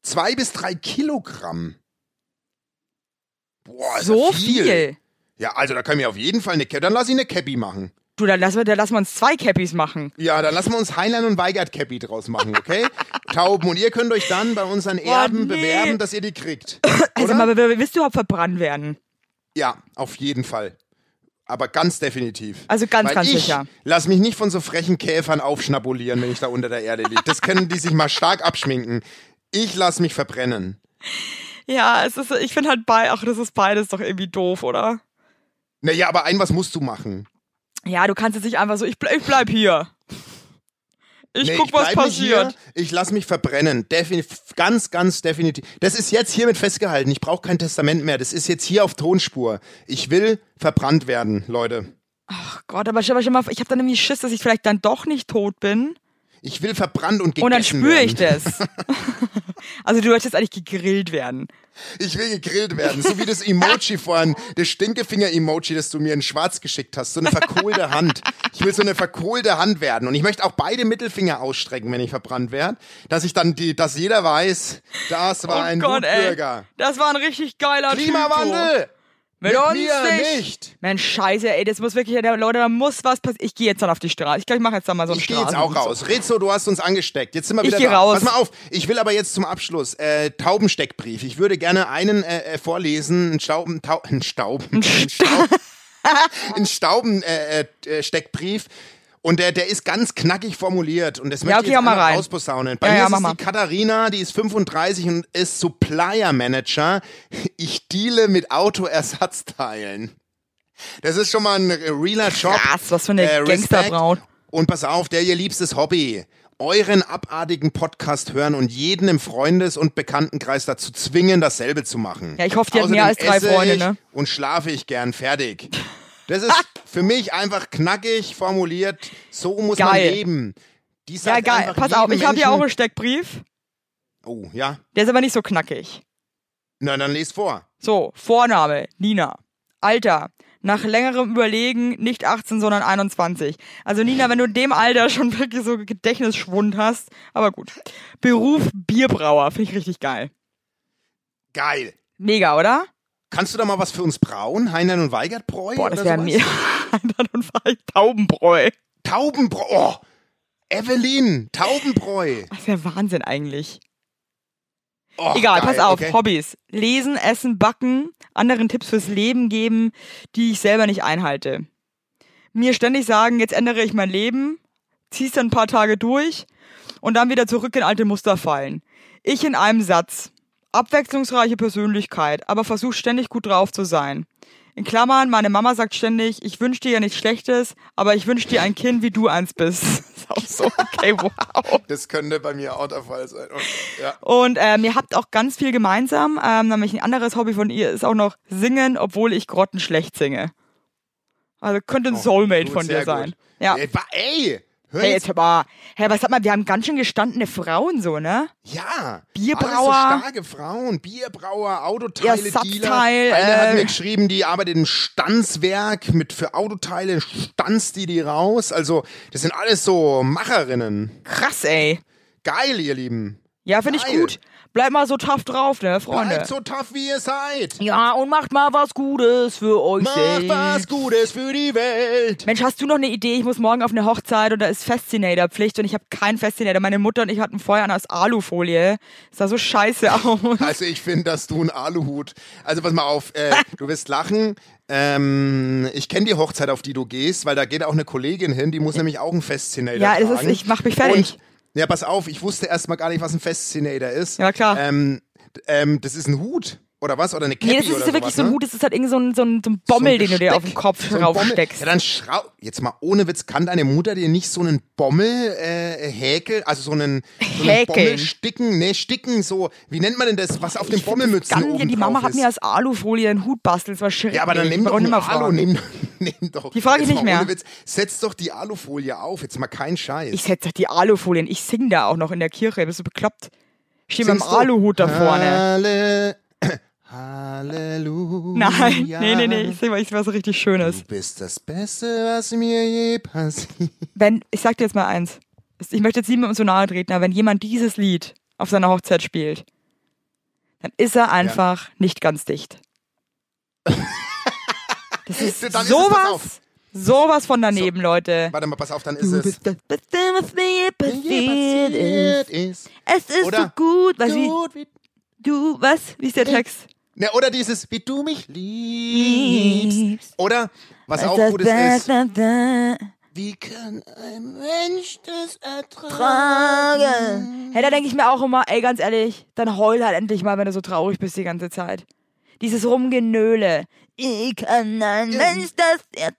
Zwei bis drei Kilogramm. Boah, ist so ja viel. Ja, also da können wir auf jeden Fall eine Cappy. Dann lass ich eine Cappy machen. Du, dann lassen, wir, dann lassen wir uns zwei Cappies machen. Ja, dann lassen wir uns Heinlein und Weigert Cappy draus machen, okay? Tauben. Und ihr könnt euch dann bei unseren Erben nee. bewerben, dass ihr die kriegt. Also, Oder? mal, wer- willst du überhaupt verbrannt werden? Ja, auf jeden Fall. Aber ganz definitiv. Also ganz, Weil ganz ich sicher. Lass mich nicht von so frechen Käfern aufschnabulieren, wenn ich da unter der Erde liege. Das können die sich mal stark abschminken. Ich lass mich verbrennen. Ja, es ist, ich finde halt bei, ach, das ist beides doch irgendwie doof, oder? Naja, aber ein was musst du machen. Ja, du kannst jetzt nicht einfach so, ich, ble ich bleib hier. Ich Nee, guck, was bleib nicht passiert. Hier, ich lass mich verbrennen. Definitiv, ganz, ganz definitiv. Das ist jetzt hiermit festgehalten. Ich brauche kein Testament mehr. Das ist jetzt hier auf Tonspur. Ich will verbrannt werden, Leute. Ach Gott, aber stell mal, stell mal vor, ich habe dann irgendwie Schiss, dass ich vielleicht dann doch nicht tot bin. Ich will verbrannt und gegessen Und Oh, dann spüre ich werden. das. also du möchtest eigentlich gegrillt werden. Ich will gegrillt werden, so wie das Emoji vorhin, das Stinkefinger-Emoji, das du mir in schwarz geschickt hast, so eine verkohlte Hand. Ich will so eine verkohlte Hand werden und ich möchte auch beide Mittelfinger ausstrecken, wenn ich verbrannt werde, dass ich dann die, dass jeder weiß, das war oh ein Gott, ey. Bürger. Das war ein richtig geiler Typ, du. Klimawandel! Mit, Mit uns mir nicht. nicht. Mensch, scheiße, ey, das muss wirklich, der- Leute, da muss was passieren. Ich gehe jetzt dann auf die Straße. Ich glaube, ich mache jetzt dann mal so einen Ich gehe jetzt auch raus. Straßenumzug. Rizzo, du hast uns angesteckt. Jetzt sind wir Ich wieder geh da. raus. Pass mal auf. Ich will aber jetzt zum Abschluss äh, Taubensteckbrief. Ich würde gerne einen äh, äh, vorlesen. Ein Stauben, äh, Tau, ein Staub. Ein Staub. ein Stauben-Steckbrief. und der, der ist ganz knackig formuliert und das möchte okay, ich hau jetzt mal einfach rein. rausposaunen. Bei Ja, mir ja, ist mach es mal. die Katharina, die ist 35 und ist Supplier Manager. Ich deale mit Autoersatzteilen. Das ist schon mal ein realer Job. Krass, was für eine Äh, Respekt. Gangsterbraut. Und pass auf, der ihr liebstes Hobby. Euren abartigen Podcast hören und jeden im Freundes- und Bekanntenkreis dazu zwingen, dasselbe zu machen. Ja, ich hoffe, die hat mehr Außerdem als drei esse Freunde, ich ne? Und schlafe ich gern fertig. Das ist für mich einfach knackig formuliert. So muss Geil. man leben. Die Ja, sagt geil. einfach Pass jedem auf, ich habe ja auch Menschen- einen Steckbrief. Oh, ja. Der ist aber nicht so knackig. Na, dann lest vor. So, Vorname, Nina. Alter, nach längerem Überlegen nicht 18, sondern 21. Also Nina, wenn du in dem Alter schon wirklich so Gedächtnisschwund hast, aber gut. Beruf Bierbrauer, finde ich richtig geil. Geil. Mega, oder? Kannst du da mal was für uns brauen? Heinlein und Weigert Bräu? Boah, das oder wäre sowas? mir. Dann war ich Taubenbräu. Taubenbräu. Oh, Evelyn, Taubenbräu. Das wäre Wahnsinn eigentlich. Oh, Egal, geil, pass auf. okay. Hobbys. Lesen, essen, backen, anderen Tipps fürs Leben geben, die ich selber nicht einhalte. Mir ständig sagen, jetzt ändere ich mein Leben, zieh's dann ein paar Tage durch und dann wieder zurück in alte Muster fallen. Ich in einem Satz. Abwechslungsreiche Persönlichkeit, aber versuch ständig gut drauf zu sein. In Klammern, meine Mama sagt ständig, ich wünsche dir ja nichts Schlechtes, aber ich wünsche dir ein Kind, wie du eins bist. Ist auch so, okay, wow. Das könnte bei mir auch der Fall sein. Und, ja. Und ähm, ihr habt auch ganz viel gemeinsam. Ähm, nämlich ein anderes Hobby von ihr ist auch noch Singen, obwohl ich grottenschlecht singe. Also könnte ein Soulmate Oh, gut, von dir sehr gut. sein. Ja. Ey, wa- ey, hör Hey, jetzt. jetzt hör mal. Hey, was sag mal, wir haben ganz schön gestandene Frauen so, ne? Ja. Bierbrauer. Alles so starke Frauen. Bierbrauer, Autoteile, Ja, Dealer. Satzteil, Eine hat äh. mir geschrieben, die arbeitet im Stanzwerk. Mit, für Autoteile stanzt die die raus. Also, das sind alles so Macherinnen. Krass, ey. Geil, ihr Lieben. Ja, finde ich Geil. gut. Bleibt mal so tough drauf, ne, Freunde? Bleibt so tough, wie ihr seid. Ja, und macht mal was Gutes für euch Macht selbst. was Gutes für die Welt. Mensch, hast du noch eine Idee? Ich muss morgen auf eine Hochzeit und da ist Fascinator-Pflicht und ich habe keinen Fascinator. Meine Mutter und ich hatten vorher einen aus Alufolie. Das sah so scheiße aus. Also ich finde, dass du ein Aluhut. Also pass mal auf, äh, Ah. du wirst lachen. Ähm, ich kenne die Hochzeit, auf die du gehst, weil da geht auch eine Kollegin hin, die muss nämlich auch ein Fascinator Ja, es tragen. ist- ich mach mich fertig. Und, ja, pass auf, ich wusste erst mal gar nicht, was ein Fascinator ist. Ja, klar. Ähm, d- ähm, das ist ein Hut oder was? Oder eine Cappy Nee, das ist oder ja wirklich sowas, so ein ne? Hut, das ist halt irgend so ein, so ein, so ein So ein Bommel, den du dir Besteck, auf den Kopf so ein Bommel. draufsteckst. Ja, dann schraub. Jetzt mal ohne Witz, kann deine Mutter dir nicht so einen Bommel äh, häkeln, also so einen, so einen Häkeln. Bommel sticken, ne, sticken, so, wie nennt man denn das, was auf den Bommelmützen Dann, oben ja, die Mama drauf hat ist. mir aus Alufolie einen Hut bastelt, das war schrecklich. ja, aber dann nimm Ich doch brauch nicht einen mal Alu, fragen. nimm, nimm doch. Die frage ich jetzt nicht mal mehr. Ohne Witz, setz doch die Alufolie auf, jetzt mal kein Scheiß. Ich setze doch die Alufolien. Ich sing da auch noch in der Kirche. Bist du bekloppt? Ich stehe mit dem Singst du? Ah. Aluhut da vorne. Halle, Halleluja. Nein, nee, nee, nee. Ich sing mal, ich was richtig Schönes. Du bist das Beste, was mir je passiert. Wenn, ich sag dir jetzt mal eins. Ich möchte jetzt niemandem so nahe treten, aber wenn jemand dieses Lied auf seiner Hochzeit spielt, dann ist er einfach nicht ganz dicht. Das ist Dann ist es- pass sowas, auf. sowas von daneben, Leute. Warte mal, pass auf, dann ist es. das Beste, was mir passiert ist. ist. Es ist Oder so gut, was wie Gut, wie, du, was? Lies der Text. ne, oder dieses, wie du mich liebst. Oder, was auch Das gut ist, ist, da, da, da. wie kann ein Mensch das Frage. ertragen? Hm. Hey, da denke ich mir auch immer, ey, ganz ehrlich, dann heul halt endlich mal, wenn du so traurig bist die ganze Zeit. Dieses Rumgenöle. Ich kann ein Mensch das ertragen.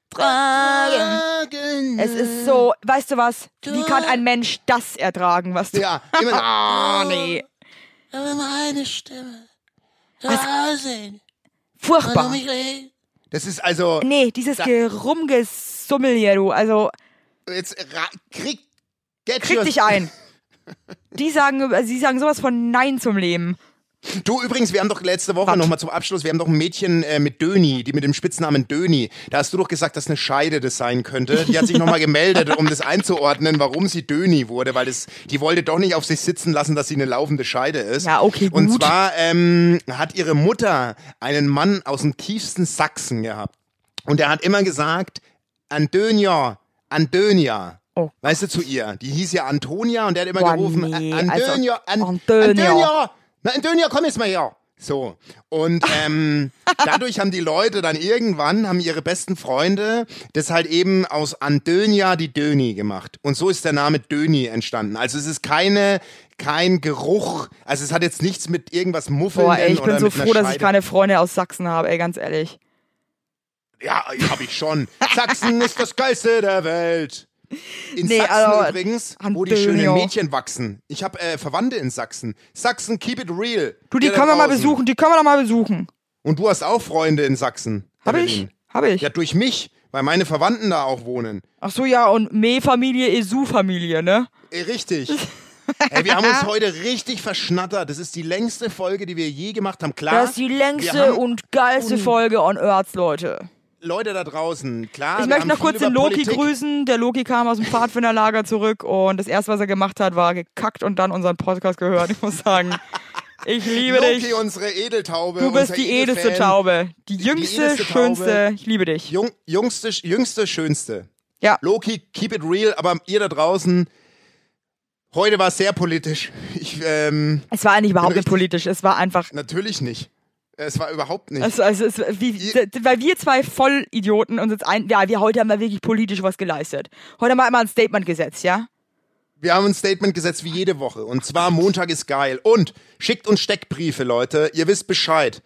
Fragen. Es ist so, weißt du was? Wie kann ein Mensch das ertragen, was du. Ja, immer Ah, so. nee. Aber meine Stimme. Du Wahnsinn. Furchtbar. Das ist also, Nee, dieses Gerumgesummel hier, du. Also, jetzt ra- krieg, get krieg your- dich ein. Die sagen, also sie sagen sowas von Nein zum Leben. Du übrigens, wir haben doch letzte Woche Was? nochmal zum Abschluss, wir haben doch ein Mädchen äh, mit Döni, die mit dem Spitznamen Döni. Da hast du doch gesagt, dass eine Scheide das sein könnte. Die hat sich nochmal gemeldet, um das einzuordnen, warum sie Döni wurde, weil das, die wollte doch nicht auf sich sitzen lassen, dass sie eine laufende Scheide ist. Ja, okay, Und gut. zwar ähm, hat ihre Mutter einen Mann aus dem tiefsten Sachsen gehabt. Und er hat immer gesagt, Andönja, Andönja. Oh. Weißt du, zu ihr. Die hieß ja Antonia und der hat immer Boah, gerufen, nee, Andönja, also, An- Andönja. Andönja. Na, Antonia, komm jetzt mal her. So. Und ähm, dadurch haben die Leute dann irgendwann, haben ihre besten Freunde das halt eben aus Andönia die Döni gemacht. Und so ist der Name Döni entstanden. Also es ist keine, kein Geruch. Also es hat jetzt nichts mit irgendwas Muffeln Boah, ey, ich bin oder so mit einer froh, dass ich Scheide- keine Freunde aus Sachsen habe, ey, ganz ehrlich. Ja, hab ich schon. Sachsen ist das geilste der Welt. In Nee, Sachsen also, übrigens, an wo die schönen Dönio. Mädchen wachsen. Ich habe äh, Verwandte in Sachsen. Sachsen, keep it real. Du, die Ihr da können wir mal draußen. besuchen, die können wir doch mal besuchen. Und du hast auch Freunde in Sachsen. Hab ich? Evelyn. Hab ich. Ja, durch mich, weil meine Verwandten da auch wohnen. Ach so, ja, und Me-Familie, Esu-Familie, ne? Ey, richtig. Ey, wir haben uns heute richtig verschnattert. Das ist die längste Folge, die wir je gemacht haben. Klar, Das ist die wir längste haben- und geilste Folge on Earth, Leute. Leute da draußen, klar. Ich wir möchte haben noch viel kurz den über Loki Politik- grüßen. Der Loki kam aus dem Pfadfinderlager zurück und das erste, was er gemacht hat, war gekackt und dann unseren Podcast gehört. Ich muss sagen, ich liebe Loki, dich. unsere Edeltaube. Du bist unser die edelste Edelfan. Taube. Die die jüngste, edelste Taube. schönste. Ich liebe dich. Jung, jüngste, jüngste, schönste. Ja. Loki, keep it real, aber ihr da draußen, heute war es sehr politisch. Ich, ähm, Es war eigentlich überhaupt Bin nicht richtig- politisch. Es war einfach. natürlich nicht. Es war überhaupt nicht. Also, also es, wie, Ihr- d- weil wir zwei Vollidioten uns jetzt ein. Ja, wir heute haben wir wirklich politisch was geleistet. Heute haben wir einmal ein Statement gesetzt, ja? Wir haben ein Statement gesetzt wie jede Woche. Und zwar Montag ist geil. Und schickt uns Steckbriefe, Leute. Ihr wisst Bescheid.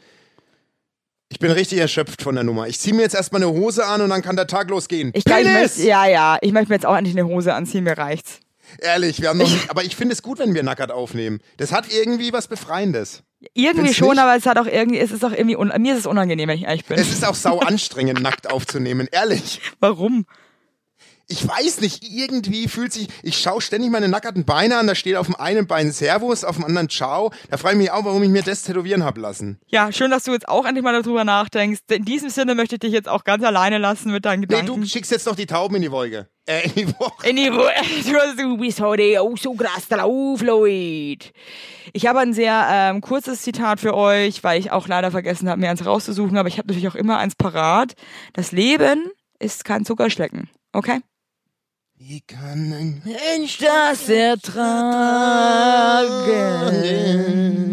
Ich bin richtig erschöpft von der Nummer. Ich ziehe mir jetzt erstmal eine Hose an und dann kann der Tag losgehen. Ich, glaub, ich Penis! möchte, ja, ja. Ich möchte mir jetzt auch endlich eine Hose anziehen, mir reicht's. Ehrlich, wir haben noch nicht, aber ich finde es gut, wenn wir nackert aufnehmen. Das hat irgendwie was Befreiendes. Irgendwie Findest schon, nicht? aber es hat auch irgendwie, es ist auch irgendwie un, mir ist es unangenehm, wenn ich ehrlich bin. Es ist auch sau anstrengend, nackt aufzunehmen. Ehrlich. Warum? Ich weiß nicht, irgendwie fühlt sich, ich schaue ständig meine nackerten Beine an, da steht auf dem einen Bein Servus, auf dem anderen Ciao. Da frage ich mich auch, warum ich mir das tätowieren hab lassen. Ja, schön, dass du jetzt auch endlich mal darüber nachdenkst. In diesem Sinne möchte ich dich jetzt auch ganz alleine lassen mit deinen Nee, Gedanken. du schickst jetzt noch die Tauben in die Wolke. Äh, in die Woche. In die Ru- du, hast- du bist heute auch so krass drauf, Leute. Ich habe ein sehr ähm, kurzes Zitat für euch, weil ich auch leider vergessen habe, mir eins rauszusuchen, aber ich habe natürlich auch immer eins parat. Das Leben ist kein Zuckerschlecken, okay? Wie kann ein Mensch, das ertragen.